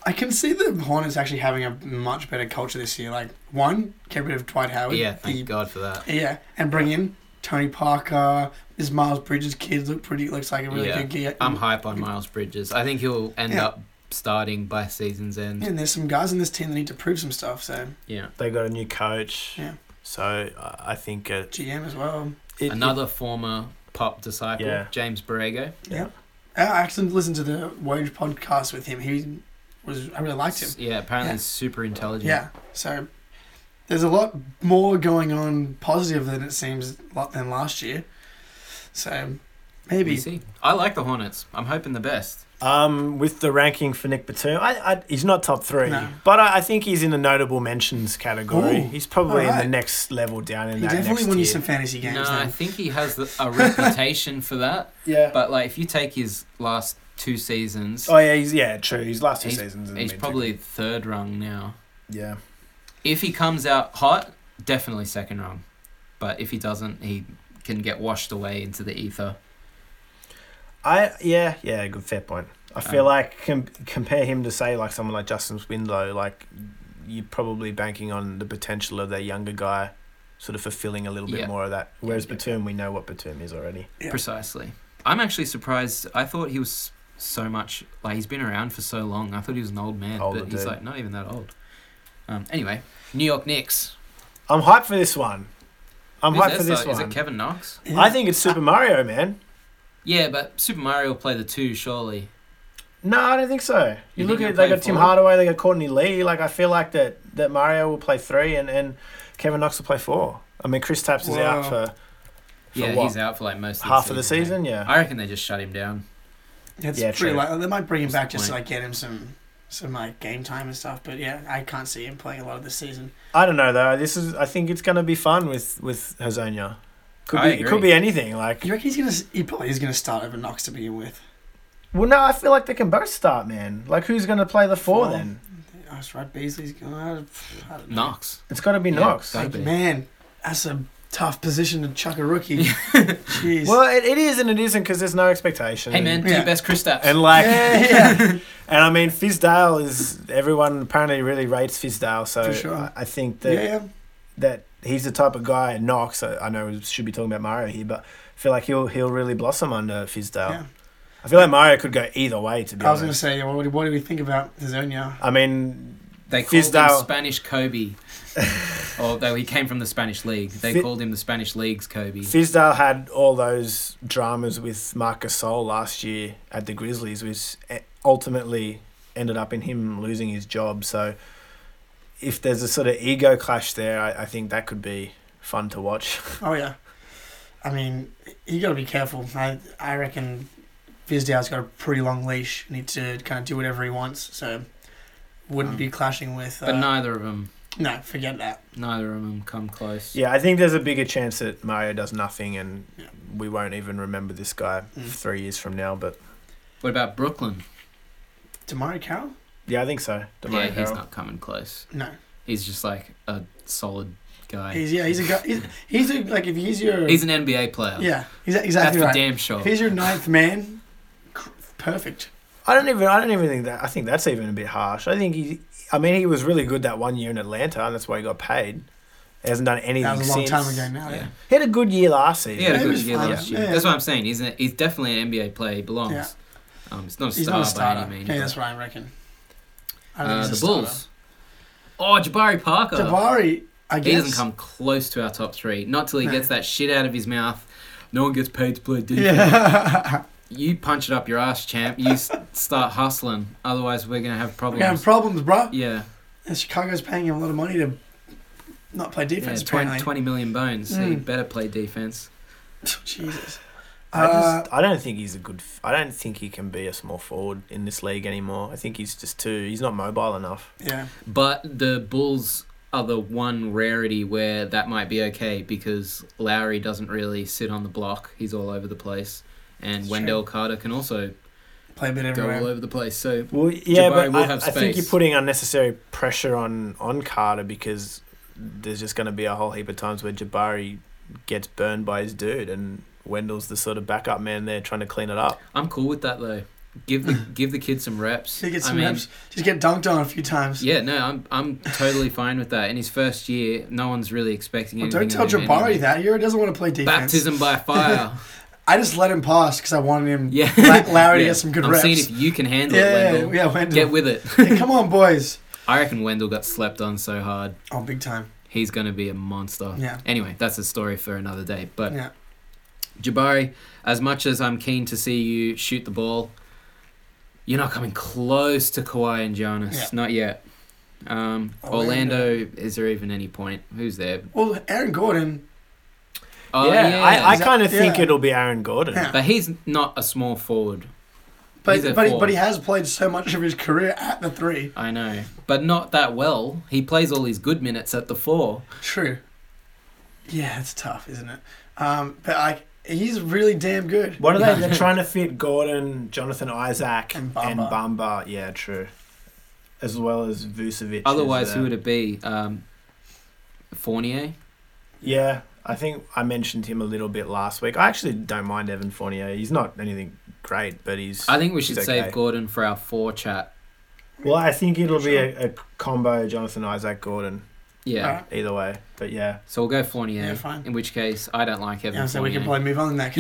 I can see the Hornets actually having a much better culture this year. Like one, get rid of Dwight Howard.
yeah, thank
The-
God for that.
yeah, and bring in Tony Parker. This Miles Bridges kid look pretty. Looks like a really
Yeah.
good kid.
I'm hype on Miles Bridges. I think he'll end
Yeah.
up starting by season's end.
and there's some guys in this team that need to prove some stuff. So
Yeah.
They got a new coach.
Yeah.
So I- I think it,
GM as well.
it
Another former pop disciple,
Yeah.
James Borrego.
Uh, I actually listened to the Woj podcast with him. He was I really liked him.
S- Yeah, apparently
Yeah.
he's super intelligent.
Yeah. So there's a lot more going on positive than it seems lot than last year. So
We
maybe
see. I like the Hornets. I'm hoping the best.
Um, with the ranking for Nick Batum, I, I, he's not top three,
No.
but I, I think he's in the notable mentions category.
Ooh,
he's probably in
alright.
the next level down in
he
that
definitely
next
won you
tier.
some fantasy games.
no, I
then.
think he has the, a reputation for that.
yeah.
But like, if you take his last two seasons,
oh yeah, he's yeah true. His last two
He's-
seasons. in the
he's
mid-
probably third rung now.
yeah.
If he comes out hot, definitely second rung. But if he doesn't, he can get washed away into the ether.
I yeah yeah good fair point. I feel
Um,
like com- compare him to say like someone like Justin Swindlow, like you're probably banking on the potential of that younger guy, sort of fulfilling a little bit
Yeah.
more of that. Whereas
yeah.
Batum, we know what Batum is already.
Yeah.
Precisely. I'm actually surprised. I thought he was so much like he's been around for so long. I thought he was an old man,
Older
but he's
dude.
like not even that old. Um, anyway, New York Knicks.
I'm hyped for this one. I'm
Who's
hyped
their
for this
star? Is
one.
it Kevin Knox?
Yeah.
I think it's Super Mario, man.
Yeah, but Super Mario will play the two surely.
No, I don't think so. You,
You think
look
he'll
at they
play
got Tim
forward?
Hardaway, they got Courtney Lee. Like I feel like that that Mario will play three, and and Kevin Knox will play four. I mean, Chris Tapps is out
Wow.
for For
yeah,
what?
he's out for like most of the
half
season,
of the season.
mate.
Yeah,
I reckon they just shut him down.
That's
Yeah,
pretty
true.
likely. They might bring him
What's
back
the
just to
point?
like get him some some like game time and stuff. But yeah, I can't see him playing a lot of this season.
I don't know though. This is I think it's gonna be fun with with Hazonia. Could
I
be it could
agree.
be anything. Like
You reckon he's gonna? s- He probably is gonna start over Knox to begin with.
well, no, I feel like they can both start, man. Like who's gonna play the four
Four.
then?
I was right. Beasley's gonna. I don't know.
Knox.
It's gotta be
Yeah,
Knox.
gotta be.
Man, that's a tough position to chuck a rookie. Jeez.
Well, it, it is and it isn't because there's no expectation.
Hey man, do
Yeah.
your best, Kristaps.
And like,
Yeah, yeah.
and I mean, Fizdale is everyone apparently really rates Fizdale, so
For sure.
I, I think
yeah,
that
yeah.
that he's the type of guy. And Knox, I, I know we should be talking about Mario here, but I feel like he'll he'll really blossom under Fizdale.
Yeah.
I feel like Mario could go either way. To be
I was going to
honest,
say, what do, what do we think about Hazonia?
I mean,
They called
Fizdale-
him Spanish Kobe. Although he came from the Spanish League. They
Fi-
called him the Spanish League's Kobe.
Fizdale had all those dramas with Marcus Sol last year at the Grizzlies, which e- ultimately ended up in him losing his job. So, if there's a sort of ego clash there, I, I think that could be fun to watch.
Oh yeah, I mean you got to be careful. I I reckon Fizdale's got a pretty long leash. Needs to kind of do whatever he wants, so wouldn't be clashing with. Uh,
Hmm. but neither of them,
no, forget that.
neither of them come close.
Yeah, I think there's a bigger chance that Mario does nothing and
Yeah.
we won't even remember this guy
Mm.
three years from now. But
What about Brooklyn?
Damari Carroll?
yeah, I think so. Demar
yeah, he's
Carroll.
not coming close.
No,
He's just like a solid guy. He's,
he's yeah, he's a guy. He's, he's a, like if he's your
an NBA player.
yeah, he's
That's
exactly
for
right.
damn sure.
If he's your ninth man, cr- perfect.
I don't even. I don't even think that. I think that's even a bit harsh. I think he. I mean, he was really good that one year in Atlanta, and that's why he got paid. He hasn't done anything
That was a long
since.
time ago now.
Yeah.
Yeah.
He had a good year last season.
He had a
Yeah,
good
he
year
was
last
fine.
year.
Yeah.
That's what I'm saying. He's, an, he's definitely an NBA player. He belongs.
Yeah.
Um, he's not a
He's
star
not a starter.
by any means.
yeah,
but-
that's what I reckon. I don't
uh,
think
the
he's a starter.
Bulls. Oh, Jabari Parker.
Jabari, I
He
guess.
doesn't come close to our top three. Not till he
No.
gets that shit out of his mouth. No one gets paid to play defense.
Yeah.
You punch it up your ass, champ. You s- start hustling. Otherwise, we're gonna have
We're
problems.
gonna have problems, bro.
yeah,
And Chicago's paying him a lot of money to not play
yeah
defense.
20,
apparently.
20 million bones. So you
Mm.
better play defense.
Jesus.
I
Uh,
just. I don't think he's a good. f- I don't think he can be a small forward in this league anymore. I think he's just too. He's not mobile enough.
yeah.
But the Bulls are the one rarity where that might be okay because Lowry doesn't really sit on the block. He's all over the place, and
It's
Wendell Carter can also
Play a bit
go all
everywhere.
over the place. So
Well, yeah,
Jabari
but
will
I,
have
I think you're
space.
putting unnecessary pressure on on Carter because there's just going to be a whole heap of times where Jabari gets burned by his dude, and Wendell's the sort of backup man there trying to clean it up.
I'm cool with that though. Give the give the kid some reps.
He gets
I
some
mean,
reps. Just get dunked on a few times.
Yeah, no, I'm I'm totally fine with that. In his first year, no one's really expecting
Well,
anything.
don't tell
of him
Jabari
anyway.
that. He already doesn't want to play defense.
Baptism by fire.
I just let him pass because I wanted him.
yeah.
La- Lowry
yeah.
gets some good
I'm
reps.
seeing if you can handle
yeah,
it,
yeah,
Wendell.
yeah, Wendell.
Get with it.
Yeah, come on, boys.
I reckon Wendell got slept on so hard.
Oh, big time.
He's going to be a monster.
Yeah.
Anyway, that's a story for another day. Oh. But
Yeah.
Jabari, as much as I'm keen to see you shoot the ball, you're not coming close to Kawhi and Giannis.
Yeah.
Not yet. Um, Orlando.
Orlando.
is there even any point? Who's there?
Well, Aaron Gordon.
Oh,
yeah,
yeah.
I, I
Is that-
kind of think
yeah.
it'll be Aaron Gordon.
Yeah.
but he's not a small forward.
But
He's a
but he,
four.
but he has played so much of his career at the three.
I know. But not that well. He plays all his good minutes at the four.
True. Yeah, it's tough, isn't it? Um, but like, he's really damn good.
What are they? They're trying to fit Gordon, Jonathan Isaac,
And
and
Bamba.
Bamba. Yeah, true. As well as Vucevic. is uh,
Otherwise, who
there.
would it be? Um, Fournier?
Yeah, I think I mentioned him a little bit last week. I actually don't mind Evan Fournier. He's not anything great, but he's.
I think we should
He's okay.
save Gordon for our four chat.
well, I think it'll be a, a combo Jonathan Isaac Gordon
Yeah.
Alright.
either way. But yeah,
So we'll go Fournier.
Yeah, fine.
In which case, I don't like Evan
Yeah, so we can probably
Fournier.
move on in that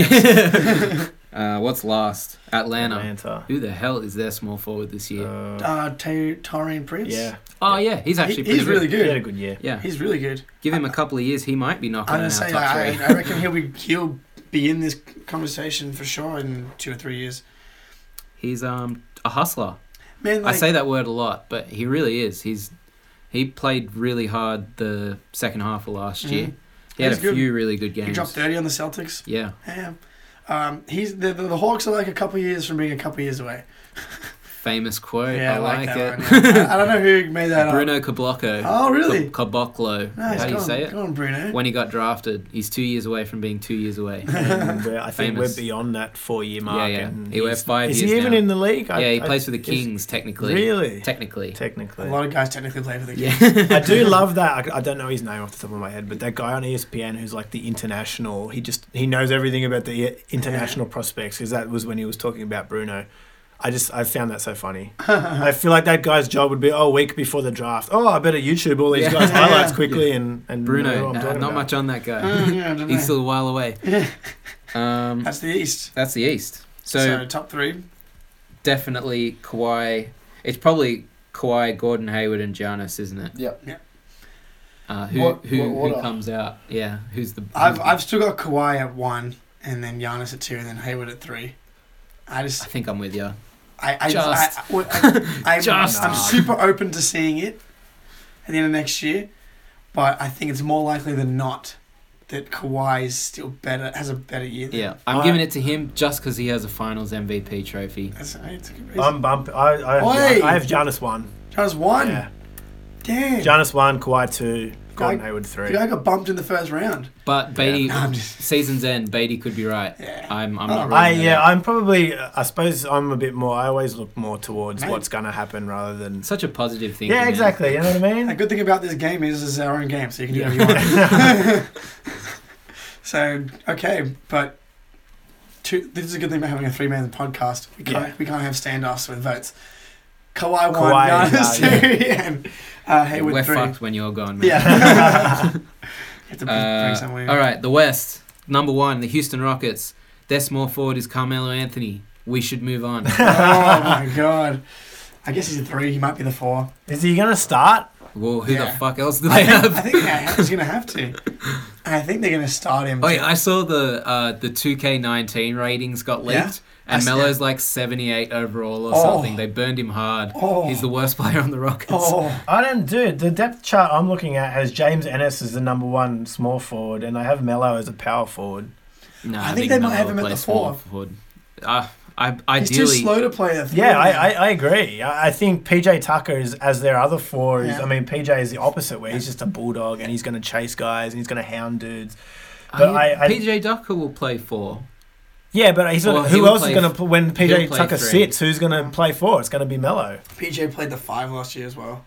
case.
uh, what's last? Atlanta.
Atlanta.
Who the hell is their small forward this year?
Uh,
uh, Ty- Tyrone Prince.
yeah,
oh yeah, he's
He-
actually pretty
he's really
good.
he had a
good.
good year.
Yeah,
He's really good.
give him a couple of years, he might be knocking
I'm
on our
gonna say
top
I,
three.
I reckon he'll be he'll be in this conversation for sure in two or three years.
He's um a hustler.
Man,
I
like,
say that word a lot, but he really is. He's he played really hard the second half of last
Mhm.
year. He had a
He's good.
few really good games.
he dropped thirty on the Celtics.
yeah,
Yeah. Um, he's the, the the Hawks are like a couple years from being a couple years away.
famous quote.
Yeah,
I, like,
that.
it.
One, yeah. I, I don't know who made that up.
Bruno Caboclo.
Oh, really?
Cab- Caboclo.
No, he's
How do you
gone.
say it?
Go on, Bruno.
When he got drafted, he's two years away from being two years away.
And we're- I think
Famous.
we're beyond that four-year mark.
yeah, yeah.
And
He went
he's-
five
is
years
he even
now.
in the league? I-
yeah, he
I-
plays for the
is-
Kings technically.
Really?
Technically.
A
Technically.
lot of guys technically play for the Kings.
Yeah.
I do love that. I, I don't know his name off the top of my head, but that guy on E ESPN who's like the international, he just he knows everything about the i- international prospects because that was when he was talking about Bruno. I just I found that so funny.
uh,
I feel like that guy's job would be oh a week before the draft. Oh, I better YouTube all these
Yeah.
guys' highlights
Yeah.
quickly and and know
Bruno,
what I'm
uh,
talking
not
about.
Oh,
much on that guy.
Mm, yeah, I don't know.
He's still a while away. Um,
That's the East.
that's the East.
So, top three.
definitely Kawhi. It's probably Kawhi, Gordon Hayward, and Giannis, isn't it?
Yep.
Yep.
Uh, who
What-
who,
what order?
who comes out? Yeah, who's the?
I've
who's the-
I've still got Kawhi at one, and then Giannis at two, and then Hayward at three. I
I
just
think I'm with you.
I I
Just.
I, I, I, I'm-
Just.
I'm super open to seeing it at the end of next year, but I think it's more likely than not that Kawhi is still better has a better year. Than
Yeah, I'm
I-
giving it to him just because he has a Finals MVP trophy.
That's, it's a good reason.
I'm bump. I I have,
Oi!
I have Giannis one.
Giannis one.
Yeah.
Damn.
Giannis one. Kawhi two. Gordon
Guy-
Hayward
The
three.
guy got bumped in the first round.
But Beatty,
No, I'm just-
season's end, Beatty could be right.
Yeah.
I'm I'm
Oh.
not.
I
ruling it
yeah.
out.
I'm probably. I suppose I'm a bit more. I always look more towards
Mate.
what's gonna happen rather than.
Such a positive thing.
Yeah, exactly. You know what I
The
mean.
good thing about this game is it's our own game, so you can do
Yeah.
whatever you want. so okay, but two, this is a good thing about having a three-man podcast. We can't
Yeah.
we can't have standoffs with votes. Kawhi one,
Kawhi,
Giannis
uh,
two, and uh, Hayward
We're
three.
fucked when you're gone. Man.
Yeah. you have to bring,
Uh,
bring somewhere.
all right, the West number one, the Houston Rockets. Their small forward is Carmelo Anthony. We should move on.
oh my god. I guess he's a three. He might be the four.
Is he gonna start?
Whoa, who
Yeah.
the fuck else do
I
they
think,
have?
I think yeah, he's gonna have to. And I think they're gonna start him.
Oh yeah, I saw the uh, the 2K19 ratings got leaked,
Yeah? I
and
see-
Melo's like 78 overall or
Oh.
something. They burned him hard.
Oh.
He's the worst player on the Rockets.
Oh.
I don't, dude. The depth chart I'm looking at has James Ennis as the number one small forward, and I have Mello as a power forward.
No,
I think they might
Melo
have
will
him at
play
the
small
four.
forward. Uh, I
He's
ideally
too slow to play the three.
Yeah, I, I, I agree. I I think PJ Tucker is as their other four. Is,
Yeah.
I mean, PJ is the opposite, where he's just a bulldog and he's going to chase guys and he's going to hound dudes.
I-
but I- I-
PJ Docker will play four.
Yeah, but he's
Well,
not,
he'll
who else
play
is going
f-
to when
he'll
PJ
play
Tucker
three.
sits? Who's going to play four? It's going to be Mello.
PJ played the five last year as well.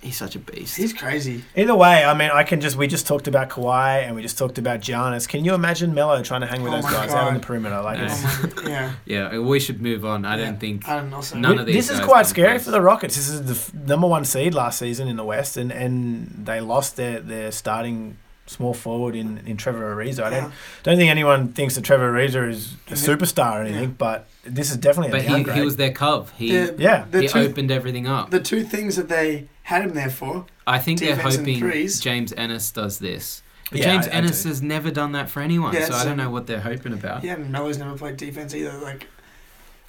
He's such a beast.
He's crazy.
Either way, I mean, I can just we just talked about Kawhi and we just talked about Giannis. Can you imagine Mello trying to hang with
Oh
those
my
guys out on the
God.
perimeter? Like,
No.
it's,
Oh my, yeah.
yeah, we should move on. I don't think.
I don't know. So
None of these
this is
guys
quite
can
scary
play.
for the Rockets. This is the f- number one seed last season in the West, and, and they lost their, their starting small forward in, in Trevor Ariza. I don't don't think anyone thinks that Trevor Ariza is a
Yeah.
superstar or anything, but this is definitely
But
a
he,
downgrade.
he was their cove. He
the,
yeah,
the
he
two
opened everything up.
the two things that they had him there for.
I think they're
defense and
hoping
threes.
James Ennis does this. But
Yeah,
James
I- I
Ennis
do.
has never done that for anyone,
Yeah,
so I
so-
don't know what they're hoping about.
Yeah, and Melo's never played defense either. Like,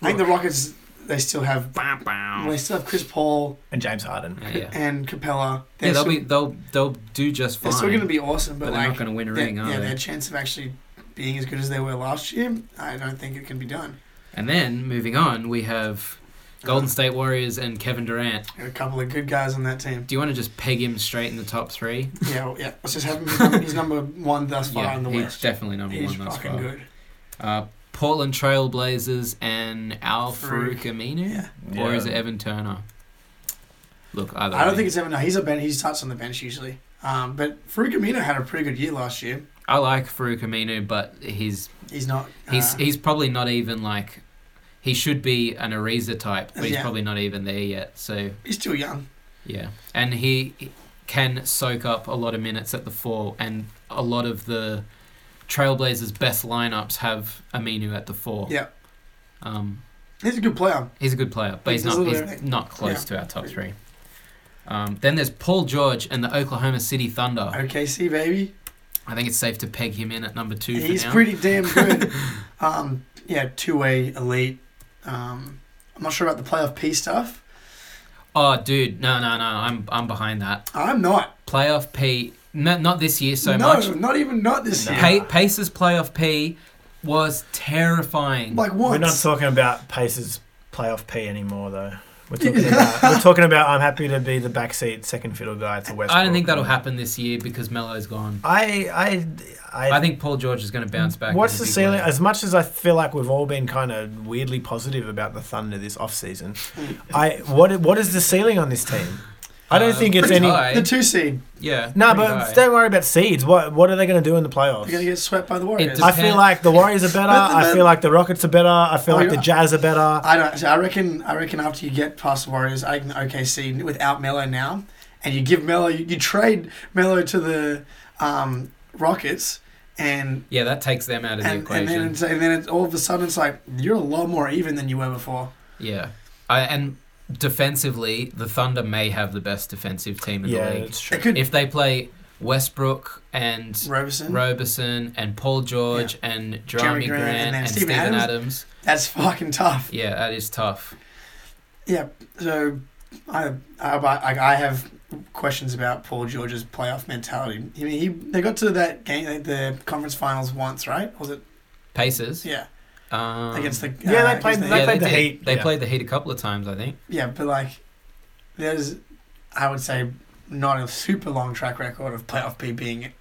I think the Rockets they still have
Bow,
well,
bow.
they still have Chris Paul
and James Harden.
Yeah, yeah.
and Capella.
Yeah,
They're
they'll
still,
be they'll they'll do just
they're
fine.
still going to be awesome,
but
but,
they're
like
not going to win a
their-
ring,
yeah,
are
their
they?
chance of actually being as good as they were last year, I don't think it can be done. Um,
And then moving on, we have Golden State Warriors and Kevin Durant.
Got a couple of good guys on that team.
Do you want to just peg him straight in the top three?
Yeah, well, yeah. Let's just have him. He's number, he's number one thus far in the
he's
West.
definitely number
He's
one thus
fucking
far.
good.
Uh, Portland Trail Blazers and Al Farouk
Farouk.
Aminu,
Yeah.
or
Yeah.
is it Evan Turner? Look, either
I don't
way.
think it's Evan. No, he's a bench. He starts on the bench usually. Um, but Farouk Amino had a pretty good year last year.
I like Farouk Aminu, but he's
He's not. Uh,
he's he's probably not even like he should be an Ariza type, but he's
Yeah.
probably not even there yet. So
he's still young.
yeah, and he can soak up a lot of minutes at the four, and a lot of the Trailblazers' best lineups have Aminu at the four.
Yeah.
Um,
He's a good player.
He's a good player, but he's
He's a
not
little
he's
bit-
not close to our top three. Um, then there's Paul George and the Oklahoma City Thunder.
OKC baby.
I think it's safe to peg him in at number two for
He's
now.
pretty damn good. um, yeah, two way elite. Um, I'm not sure about the playoff P stuff.
oh, dude, no, no, no, I'm I'm behind that.
I'm not.
Playoff P, no, not this year so
no,
much.
not even not this
No.
year.
Pa- Pacers playoff P was terrifying.
Like
We're
what?
not talking about Pacers playoff P anymore, though. We're talking about we're talking about I'm happy to be the backseat second fiddle guy to Westbrook.
I don't think that'll happen this year because Melo's gone.
I I I,
I think Paul George is going to bounce back.
What's
in
the
a big
ceiling?
way.
As much as I feel like we've all been kind of weirdly positive about the Thunder this offseason, I what what is the ceiling on this team? I don't
Uh,
think it's
pretty
any.
high.
the two seed.
Yeah.
No,
pretty
but
high.
don't worry about seeds. What what are they going to do in the playoffs?
They're gonna get swept by the Warriors.
just-
I feel like the Warriors are better. I feel like the Rockets are better. I feel
Oh,
like the
yeah.
Jazz are better.
I don't. So I reckon. I reckon after you get past the Warriors, I reckon OKC without Melo now, and you give Melo, you, you trade Melo to the um, Rockets, and
Yeah, that takes them out of the
and, and
equation.
then it's, and then it's, all of a sudden it's like you're a lot more even than you were before.
yeah. I, and defensively, the Thunder may have the best defensive team in
yeah,
the league.
it's true.
It could
If they play Westbrook and
Roberson.
Roberson and Paul George and
Jeremy
Jeremy
Grant
Grant,
and then
and
Steven
Stephen
Adams.
Adams.
That's fucking tough.
Yeah, that is tough.
Yeah. So I I but I I have questions about Paul George's playoff mentality. I mean, he they got to that game like the conference finals once, right? Was it
Pacers.
yeah
Um,
against the
yeah, they
uh,
played-
against
they
yeah,
played the
did.
Heat,
They
yeah.
played the Heat a couple of times, I think.
Yeah, but like, there's, I would say, not a super long track record of playoff P being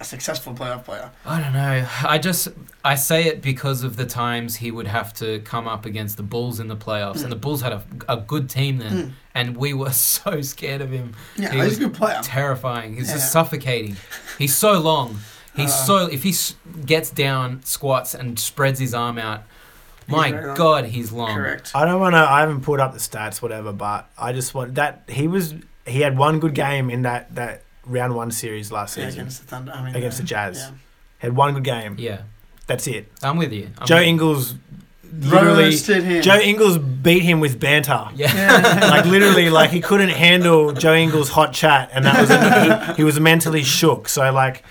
a successful playoff player.
I don't know. I just I say it because of the times he would have to come up against the Bulls in the playoffs,
Mm.
and the Bulls had a, a good team then,
Mm.
and we were so scared of him.
Yeah,
He
he's
was
a good player.
Terrifying. He's
Yeah.
just suffocating. He's so long. He's
Uh,
so if he s- gets down, squats, and spreads his arm out.
He's
My
very long.
God, he's long.
Correct.
I don't want to. I haven't pulled up the stats, whatever. But I just want that he was. He had one good game in that that round one series last
Yeah,
season.
against the Thunder. I mean,
Against
uh,
the Jazz.
Yeah.
Had one good game.
Yeah,
That's it.
I'm with you. I'm
Joe
with you.
Ingles, literally.
Roasted him.
Joe Ingles beat him with banter.
Yeah.
like literally, like he couldn't handle Joe Ingles' hot chat, and that was he, he was mentally shook. So like,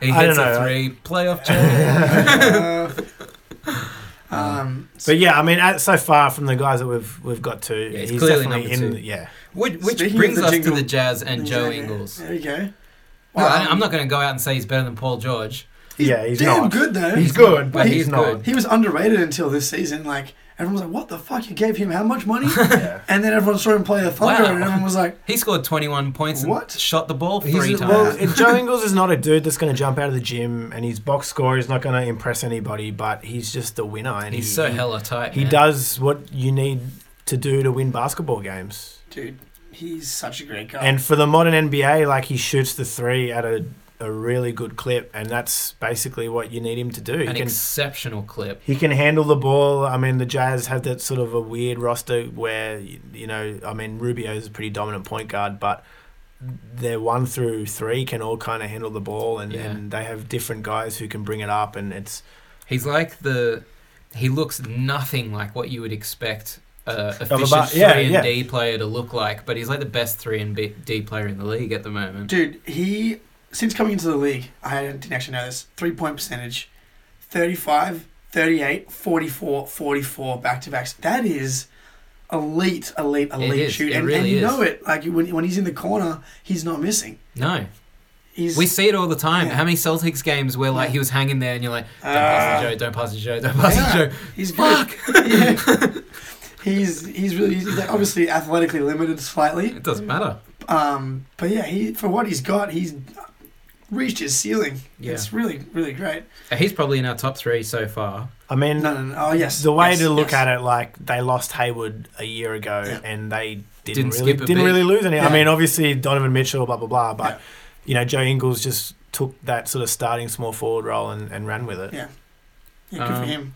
He
I
hits
don't know,
a
I-
three. Playoff Joe.
Uh, um,
but yeah, I mean, at, so far from the guys that we've we've got to,
Yeah, he's
he's
clearly
definitely in.
number two.
Yeah,
Which, which
Speaking of
brings
the
us
jingle-
to the Jazz and Joe
yeah,
Ingles.
There you go.
No, I, I'm
Um,
not going to go out and say he's better than Paul George.
yeah, he's
damn
not.
good though.
He's good, but
But
he's,
he's
not.
He was underrated until this season. Like everyone was like, "What the fuck? You gave him how much money?"
Yeah.
and then everyone saw him play the Thunder,
Wow.
and everyone was like,
He scored 21 points and
What?
shot the ball
He's-
three times.
well, if Joe Ingles is not a dude that's going to jump out of the gym, and his box score is not going to impress anybody. But he's just a winner, and
he's
he,
so
he-
hella tight.
He
man.
does what you need to do to win basketball games.
"Dude, he's such a great guy."
And for the modern NBA, like he shoots the three at a, a really good clip, and that's basically what you need him to do. He
an
can
exceptional clip.
he can handle the ball. I mean, the Jazz have that sort of a weird roster where y- you know, I mean, Rubio is a pretty dominant point guard, but their one through three can all kind of handle the ball, and,
Yeah.
and they have different guys who can bring it up, and it's
He's like the. He looks nothing like what you would expect uh, a
a
vicious
ba- yeah,
three and
yeah.
D player to look like, but he's like the best three and B- D player in the league at the moment.
Dude, he since coming into the league, I didn't actually know this. Three point percentage 35, 38, 44, 44 back to backs. That is elite, elite, elite
is.
shoot.
It
and, and
really
you
is.
know it. Like when, when he's in the corner, he's not missing.
No,
He's
we see it all the time.
Yeah.
How many Celtics games where like
Yeah.
he was hanging there and you're like, don't
Ah.
pass to Joe, don't pass to Joe, don't pass
Yeah.
to Joe.
he's good.
Fuck,
Yeah. he's he's really he's like, obviously athletically limited slightly.
it doesn't matter.
Um, but yeah, he for what he's got, he's reached his ceiling.
Yeah.
It's really, really great.
He's probably in our top three so far.
I mean,
No, no, no. Oh yes.
The way
yes,
to look
yes.
at it, like they lost Hayward a year ago,
Yeah.
and they didn't,
Didn't
really
skip a
didn't
beat.
really lose any.
Yeah.
I mean, obviously Donovan Mitchell, blah blah blah, but
Yeah.
you know Joe Ingles just took that sort of starting small forward role and, and ran with it.
Yeah. Yeah, good for
Um,
him.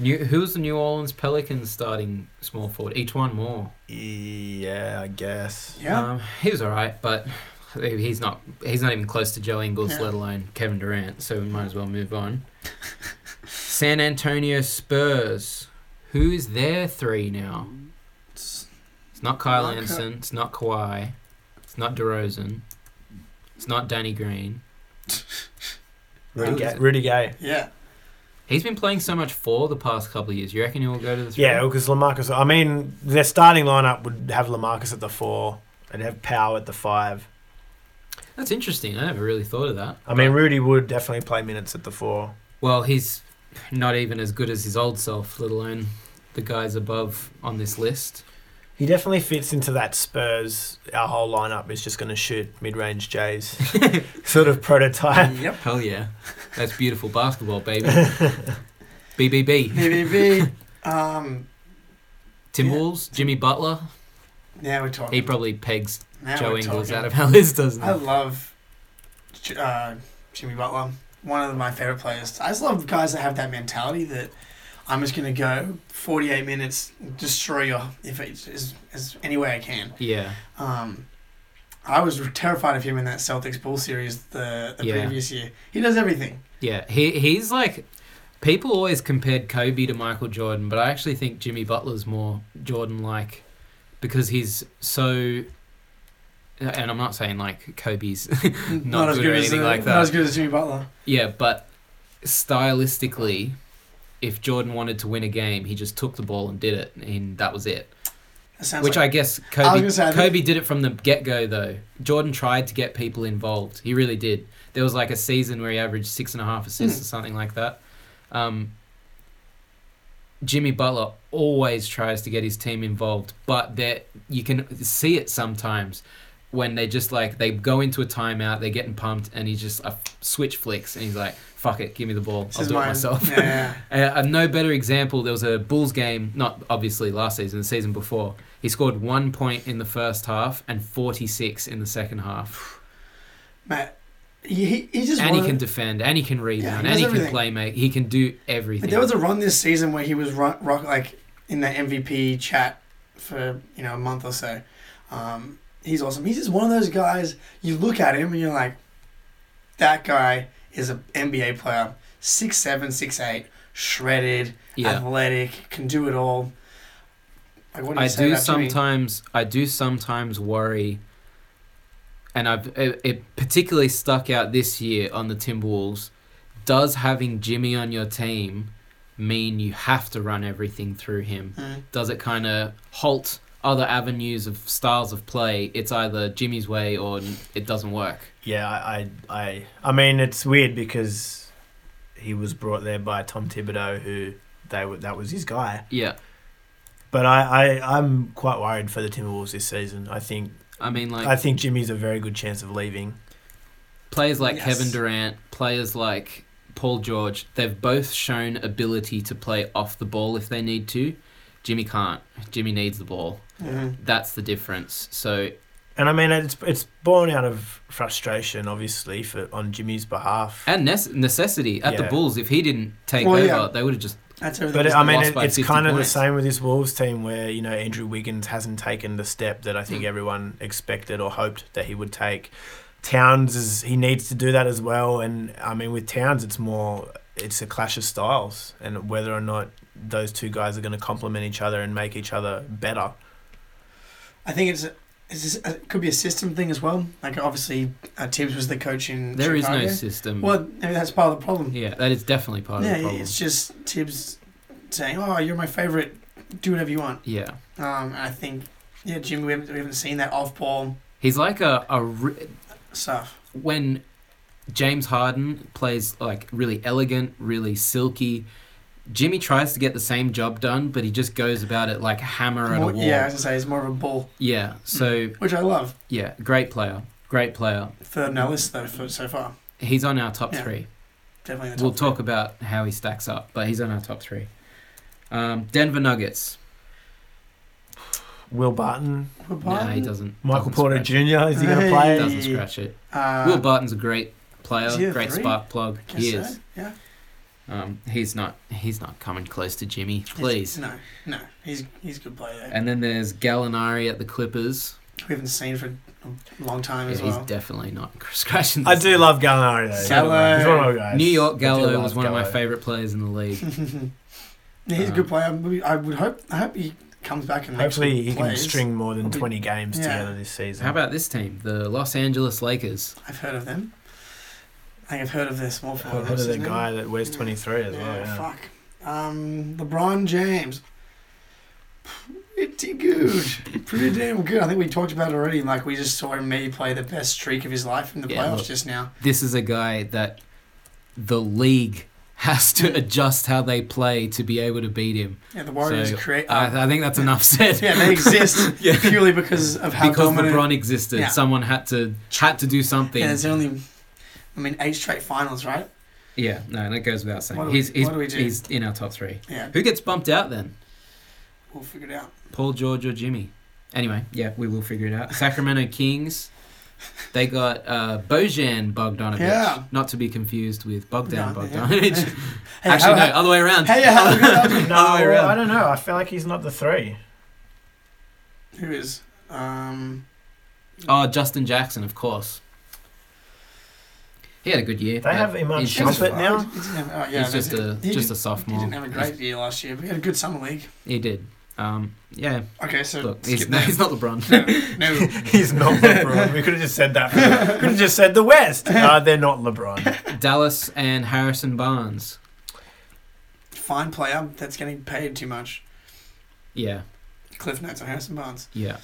New, who's the New Orleans Pelicans starting small forward? Each one more.
Yeah, I guess.
Yeah.
Um, he was all right, but he's not. He's not even close to Joe Ingles,
Yeah.
let alone Kevin Durant. So we might as well move on. San Antonio Spurs. Who's their three now?
It's-
It's not Kyle
Not Ky-
Anderson. It's not Kawhi. It's not DeRozan. It's not Danny Green.
Rudy,
Who
Gay,
is it?
Rudy Gay.
yeah.
He's been playing so much for the past couple of years. You reckon he will go to the three?
Yeah, because Lamarcus. I mean, their starting lineup would have Lamarcus at the four and have Powell at the five.
That's interesting. I never really thought of that.
I mean, Rudy would definitely play minutes at the four.
Well, he's not even as good as his old self, let alone the guys above on this list.
He definitely fits into that Spurs. Our whole lineup is just going to shoot mid-range Jays, sort of prototype.
yep.
Hell yeah. That's beautiful basketball, baby. BBB.
BBB. um.
Timberwolves, Jimmy Butler.
Now we're talking.
He probably pegs
now
Joe
we're
Ingles
talking.
out of our list, doesn't
I
he?
love J- uh, Jimmy Butler. One of my favorite players. I just love guys that have that mentality that I'm just gonna go 48 minutes, destroy you if it's as, as any way I can.
Yeah.
Um. I was terrified of him in that Celtics Bull series the, the
Yeah.
previous year. He does everything.
Yeah, he he's like people always compared Kobe to Michael Jordan, but I actually think Jimmy Butler's more Jordan like because he's so and I'm not saying like Kobe's
Not,
Not
as
good
good
or
as
anything
uh,
like that.
Not as good as Jimmy Butler.
yeah, but stylistically if Jordan wanted to win a game, he just took the ball and did it and that was it.
That sounds
Which
like,
I guess
I was
Kobe
gonna say, I think-
Kobe did it from the get go though. Jordan tried to get people involved. He really did. There was like a season where he averaged six and a half
Hmm.
assists or something like that. Um, Jimmy Butler always tries to get his team involved, but there you can see it sometimes when they just like they go into a timeout, they're getting pumped, and he just a switch flicks and he's like, "Fuck it, give me the ball.
this
I'll
is
do it
mine.
myself."
Yeah, yeah.
A, a no better example, there was a Bulls game, not obviously last season, the season before. He scored one point in the first half and 46 in the second half.
Matt, he, he, he's just
And
one
he
of-
can defend, and he can rebound,
he does
and he can
everything.
play make. He can do
But
everything.
there was a run this season where he was run, rock like in that MVP chat for you know a month or so. Um, he's awesome. He's just one of those guys. You look at him and you're like, that guy is an NBA player, six seven, six eight, shredded,
yeah.
athletic, can do it all. Like, what do you
I
say
do
about Jimmy?
sometimes. I do sometimes worry, and I've it, it particularly stuck out this year on the Timberwolves. Does having Jimmy on your team mean you have to run everything through him?
Mm.
does it kind of halt other avenues of styles of play? It's either Jimmy's way or n- it doesn't work.
Yeah, I, I, I, I mean, it's weird because he was brought there by Tom Thibodeau, who they were, that was his guy.
Yeah,
But I, I, I'm quite worried for the Timberwolves this season. I think,
I mean, like
I think Jimmy's a very good chance of leaving.
players like
Yes.
Kevin Durant, players like Paul George, they've both shown ability to play off the ball if they need to. Jimmy can't. Jimmy needs the ball.
Mhm.
That's the difference. So
And I mean, it's it's born out of frustration, obviously, for on Jimmy's behalf.
and nece- necessity at the
Yeah.
Bulls. If he didn't take
Well,
over,
yeah.
they would have just
That's everything.
But
he's
I
done.
mean,
lost
it,
by
it's
50
kind of the
points.
same with this Wolves team, where you know Andrew Wiggins hasn't taken the step that I think
Mm.
everyone expected or hoped that he would take. Towns is he needs to do that as well, and I mean with Towns, it's more it's a clash of styles and whether or not those two guys are going to complement each other and make each other better.
I think it's. Is this, it could be a system thing as well. Like obviously, uh, Tibbs was the coach in.
there is
Chicago.
no system.
Well, I mean, that's part of the problem.
Yeah, that is definitely part of
Yeah,
the problem.
it's just Tibbs saying, "Oh, you're my favorite. Do whatever you want."
Yeah.
Um, I think, yeah, Jimmy, we haven't, we haven't seen that off-ball
He's like a, a re-
stuff.
when James Harden plays like really elegant, really silky, Jimmy tries to get the same job done, but he just goes about it like a hammer at a
More-
wall.
yeah, as I say, it's more of a ball,
Yeah, So
which I love.
yeah, great player, great player.
Third on our list though for, so far,
He's on our top
Yeah,
three.
definitely. The
We'll
top
talk about how he stacks up, but he's on our top three. Um, Denver Nuggets.
Will Barton,
Will
No,
Barton?
he doesn't.
Michael
doesn't
Porter
scratch it.
Jr. Is he going to
Hey.
play?
Doesn't scratch it.
Uh,
Will Barton's a great player,
is he a
great
three?
spark plug.
guess
He
so,
is.
Yeah.
Um, he's not. He's not coming close to Jimmy. Please.
He's- no, no, he's he's a good player. Though.
And then there's Gallinari at the Clippers.
we haven't seen for a long time
Yeah,
as
he's
well.
definitely not scratching.
I
this.
do love Gallinari though.
Gallo.
He's one of my guys.
New
I
York
do
Gallo
love
was one of my
Gallo.
favorite players in the league.
Yeah, he's a
Um,
good player. We- I would hope. I hope he comes back and
Hopefully,
actually
he can
plays.
string more than
Probably-
twenty games
yeah.
together this season.
How about this team, the Los Angeles Lakers?
I've heard of them. I think I've heard of this more for
What is that guy that wears
Yeah.
23
Yeah,
as well? Yeah.
fuck. Um, LeBron James. Pretty good. Pretty damn good. I think we talked about it already. Like, we just saw him maybe play the best streak of his life in the
Yeah,
playoffs
look.
just now.
This is a guy that the league has to adjust how they play to be able to beat him.
Yeah, the Warriors
So,
create.
I, I think that's enough said.
Um, yeah, they exist
Yeah.
purely because of how
because
dominant.
LeBron existed,
Yeah.
someone had to had to do something.
yeah, it's only, I mean, eight straight finals, right?
Yeah, no, that goes without saying.
What do we-
he's he's,
what do we do?
he's in our top three.
Yeah,
Who gets bumped out then?
we'll figure it out.
Paul George or Jimmy. Anyway, yeah, we will figure it out. Sacramento Kings. They got uh, Bojan Bogdanovic,
Yeah.
not to be confused with Bogdan
No, yeah.
Bogdanovic.
Hey,
Actually, no,
how-
other way around.
Hey, how-
No,
other way
I
around.
don't know. I feel like he's not the three.
Who is? Um,
Oh, Justin Jackson, of course. He had a good year.
They
but
have him on
he's
Trumpet
just,
Trumpet now?
He didn't have- oh, yeah,
he's just
they did.
a
He
just a
didn't-
sophomore.
He didn't have a great year last year, but he had a good summer league.
He did. Um, yeah.
Okay, so
Look,
skip
he's, no,
that.
he's not LeBron.
no, no.
He's not LeBron. We could have just said that. Could have just said the West. Uh, they're not LeBron.
Dallas and Harrison Barnes.
fine player that's getting paid too much.
Yeah,
Cliff notes on Harrison Barnes.
yeah.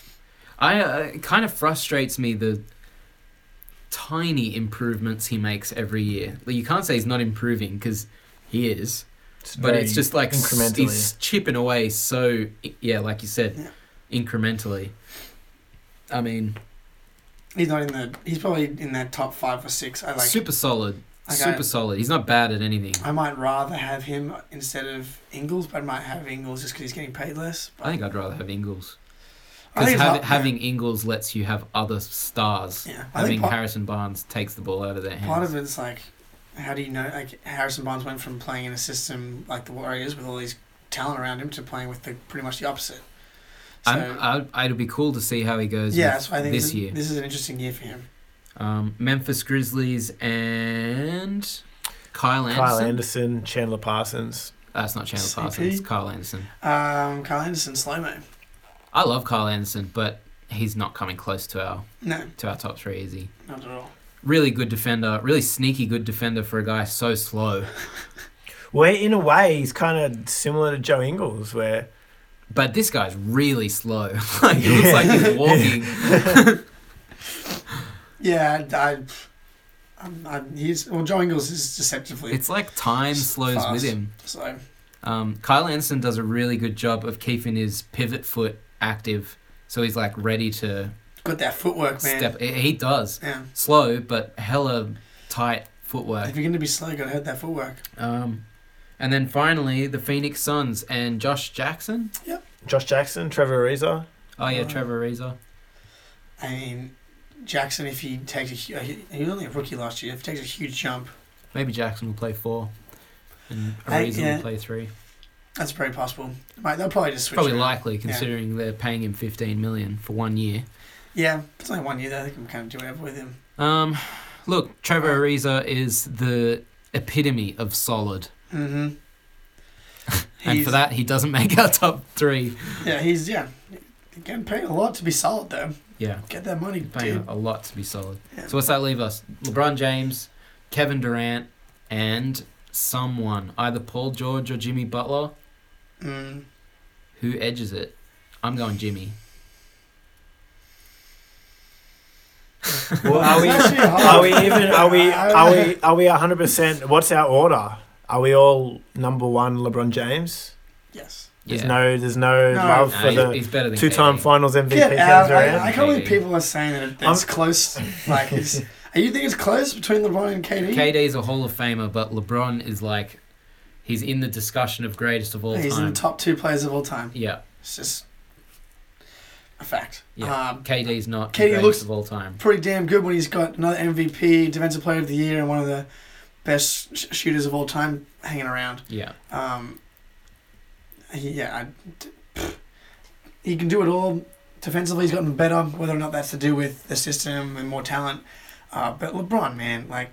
I uh, it kind of frustrates me the tiny improvements he makes every year. Like, you can't say he's not improving because he is,
It's
but
very
it's just like s-
incrementally.
he's chipping away so i- yeah, like you said, incrementally. I mean,
He's not in the. He's probably in that top five or six. I like.
super solid,
Like, I-
super solid. He's not bad at anything.
I might rather have him instead of Ingles, but I might have Ingles just because he's getting paid less. But
I think I'd rather have Ingles
I
because
think it's
hav-
hard-
having Ingles lets you have other stars.
Yeah, yeah. I
Having
think part,
Harrison Barnes takes the ball out of their hands.
part of it's like, how do you know? Like Harrison Barnes went from playing in a system like the Warriors with all these talent around him to playing with the pretty much the opposite. So
I'm, I, it'll be cool to see how he goes
yeah,
with
so I think
this
this,
year.
this is an interesting year for him.
Um, Memphis Grizzlies and Kyle Anderson. Uh,
Kyle Anderson, Chandler Parsons.
That's not Chandler
CP.
Parsons. It's Kyle Anderson.
Um, Kyle Anderson slow mo.
I love Kyle Anderson, but he's not coming close to our
No,
to our top three. Is he?
not at all.
Really good defender. Really sneaky good defender for a guy so slow.
Well, in a way, he's kind of similar to Joe Ingles, where
But this guy's really slow. like it looks like he's walking.
Yeah, I, I, I'm, I'm, he's well. Joe Ingles is deceptively
It's like time slows with
Fast.
him.
so.
Um, Kyle Anderson does a really good job of keeping his pivot foot active, so he's like ready to
Got that footwork, man.
step. He he does
Yeah.
slow, but hella tight footwork.
If you're going to be slow, you got to have that footwork.
Um, and then finally the Phoenix Suns and Josh Jackson.
Josh Jackson, Trevor Ariza.
Oh yeah,
Wow.
Trevor Ariza.
I mean, Jackson, if he takes a hu- he he was only a rookie last year. If he takes a huge jump,
Maybe Jackson will play four, and
I-
Ariza
yeah.
will play three.
that's very possible. Might they'll probably just switch.
Probably
him.
likely considering they're paying him fifteen million for one year.
Yeah, it's only one year. though. They can kind of do whatever with him.
Um, look, Trevor Ariza is the epitome of solid.
Mm-hmm.
And for that, he doesn't make our top three.
yeah, he's yeah, He's getting paid a lot to be solid though.
Yeah,
Get that money,
he's paying
dude.
a lot to be solid.
Yeah.
So what's that leave us? LeBron James, Kevin Durant, and someone either Paul George or Jimmy Butler.
Mm.
Who edges it? I'm going Jimmy.
Well, are we?
It's actually hard.
Are we even? Are we?
I-
Are we? Are we hundred percent? What's our order? Are we all number one? LeBron James.
Yes.
There's
Yeah.
no. There's no,
No.
love
Nah,
for
he's,
the
he's better than
two-time
KD.
Finals MVP.
Get
Kevin
out!
Durant.
I, I can't believe people are saying that it- that's close. Like, it's, are you think it's close between LeBron and KD?
KD is a Hall of Famer, but LeBron is like, he's in the discussion of greatest of all
He's
time.
in the top two players of all time.
yeah,
It's just a fact.
Yeah.
Um,
KD's not the
KD
greatest
looks-
of all time.
pretty damn good when he's got another MVP, Defensive Player of the Year, and one of the best sh- shooters of all time hanging around.
Yeah,
Um, he- yeah, I, pfft. he can do it all. Defensively, he's gotten better, whether or not that's to do with the system and more talent. Uh, but LeBron, man, like,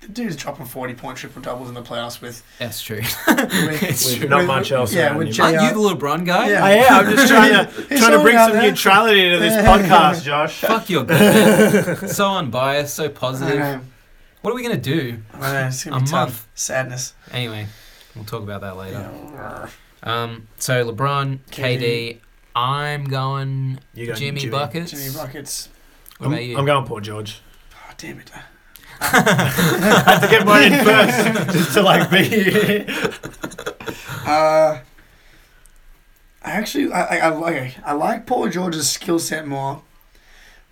the dude's dropping 40 point triple doubles in the playoffs with.
that's true.
with,
It's
With
true.
not
With-
much else.
yeah,
around
with
him.
J-
Aren't you the LeBron guy?
Yeah.
I am. I'm just trying to
He's
trying to bring
out
some
there.
neutrality to this podcast, Josh.
Fuck your gut. so unbiased, so
I
positive.
know.
What are we gonna do?
I know. It's going to
A
be
month.
tough. Sadness.
Anyway, we'll talk about that later.
Yeah.
Um, so LeBron, KD, I'm going
You got
Jimmy, Buckets.
Jimmy Rockets.
What
I'm,
about you?
I'm going Paul George.
Oh, damn it.
I have to get mine in first just to like be.
Uh, I actually, I, I, I, okay, I like Paul George's skill set more,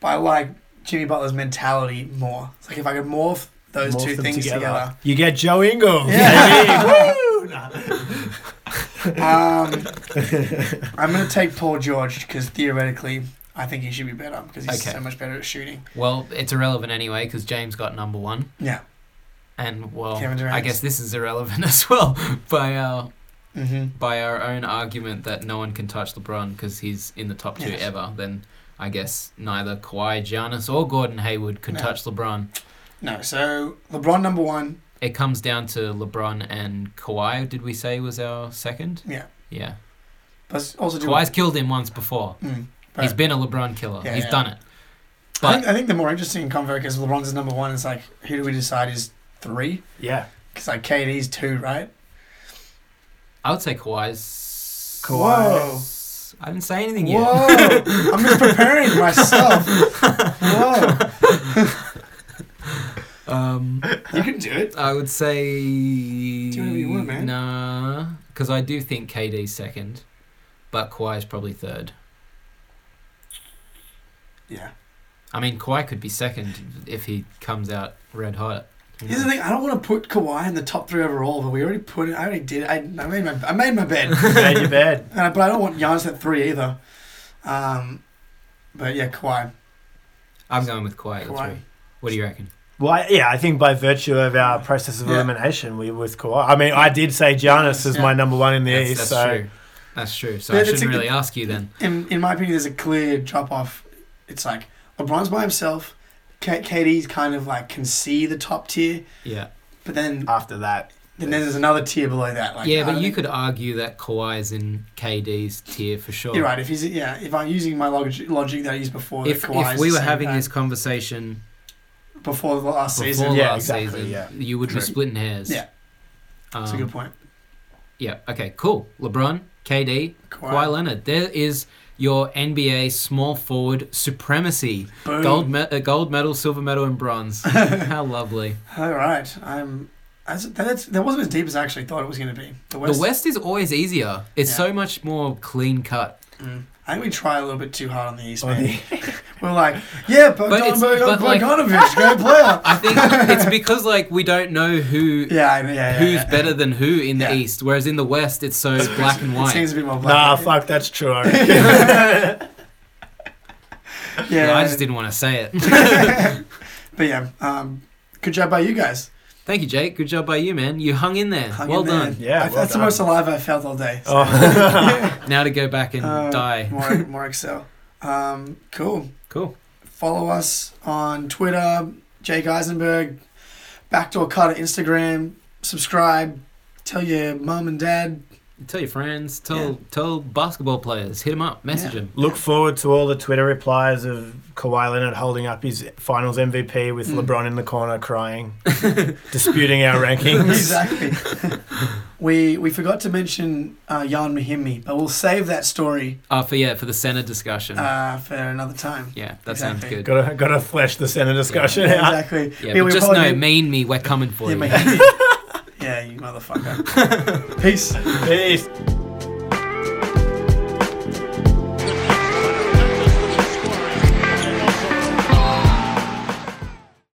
but I like Jimmy Butler's mentality more. It's like if I could morph those
Morph
two
them
things together.
You get Joe Ingles.
Yeah.
baby. Woo! Nah.
um, I'm going to take Paul George because theoretically, I think he should be better because he's
Okay.
so much better at shooting.
Well, it's irrelevant anyway because James got number one,
Yeah.
and well,
Kevin Durant.
I guess this is irrelevant as well by our
Mm-hmm.
by our own argument that no one can touch LeBron because he's in the top two
Yes.
ever, then I guess neither Kawhi Giannis or Gordon Hayward could
No.
touch LeBron.
No, so LeBron number one.
It comes down to LeBron and Kawhi. Did we say was our second?
Yeah.
Yeah.
But it's also do
Kawhi's killed him once before.
Mm.
He's
Right.
been a LeBron killer.
Yeah,
he's
yeah.
done
I,
it. But
think, I think the more interesting convo because LeBron's number one. It's like who do we decide is three?
Yeah.
Because like KD's two, right?
I would say Kawhi's.
Kawhi.
Whoa.
I didn't say anything
Whoa!
yet.
I'm just preparing myself. Whoa!
Um,
You can do it.
I would say. Do
whatever you want, man.
Nah, because I do think KD's second, but Kawhi's probably third.
Yeah.
I mean, Kawhi could be second if he comes out red hot. you
Here's the
know.
thing. I don't want to put Kawhi in the top three overall, but we already put it. I already did. I, I made my. I made my bed.
Made your bed.
And I- but I don't want Giannis at three either. Um, but yeah, Kawhi.
I'm going with Kawhi. at
Kawhi.
three. What do you reckon?
Well, I- yeah, I think by virtue of our process of
Yeah.
elimination, we with Kawhi. I mean, I did say Giannis is
Yeah.
my number one in the
that's,
East.
that's
so
true. That's true. So
Yeah,
I
that's
shouldn't
a good-
really ask you then.
In in my opinion, there's a clear drop off. It's like LeBron's by himself. K- KD's kind of like can see the top tier,
Yeah.
but then
after that,
then there's another tier below that. Like,
yeah,
I
but
don't
you
think-
could argue that Kawhi's in KD's tier for sure.
You're right. If he's yeah, if I'm using my logic, logic that I used before,
If,
that Kawhi
if
is
we
the
were
same
having
guy
this conversation
before the last
before
season,
Yeah,
last
exactly,
season,
yeah.
you would
True.
be splitting hairs.
Yeah. that's a
Um,
good point.
Yeah. Okay. Cool. LeBron, KD,
Kawhi,
Kawhi Leonard. There is your NBA small forward supremacy.
boom.
Gold, me- uh, gold medal, silver medal, and bronze. How lovely.
All right, I'm. That's, that's, that wasn't as deep as I actually thought it was going to be. The West.
The West is always easier. It's
Yeah.
so much more clean cut.
Mm. I think we try a little bit too hard on the East,
on
man.
the-
We're like, yeah, but,
But
Bogdan
it's-
Bogdan
but, like-
Bogdanovich, go player.
I think it's because like we don't know who
Yeah, I mean, yeah, yeah,
who's
yeah.
better than who in
Yeah.
the East, whereas in the West it's so black and
It
white.
seems a bit more black.
nah, fuck, that's true. I reckon.
Yeah,
I just didn't want to say it.
but yeah, um, good job by you guys.
Thank you, Jake. Good job by you, man. You hung in there.
Hung
well
in there.
done.
Yeah,
I-
well
that's the
done.
most alive I've felt all day. so-
Oh.
Now to go back and
Uh,
die.
more, more Excel. Um, cool.
Cool.
Follow us on Twitter, Jake Eisenberg, Backdoor Cutter Instagram. Subscribe. Tell your mum and dad.
Tell your friends. Tell
Yeah.
tell basketball players. Hit them up. Message
Yeah.
them.
Look forward to all the Twitter replies of Kawhi Leonard holding up his Finals MVP with
Mm.
LeBron in the corner crying,
Uh,
disputing our rankings.
exactly. we we forgot to mention uh, Jan Mahimi, but we'll save that story
Uh, for yeah, for the Senate discussion.
uh, for another time.
yeah, that sounds
exactly.
good.
Gotta gotta flesh the Senate discussion
Yeah,
out.
exactly.
Yeah,
Yeah,
but
we
just
probably-
know, mean me, we're coming for
Yeah,
you.
Mahimi. yeah, you motherfucker. Peace.
Peace.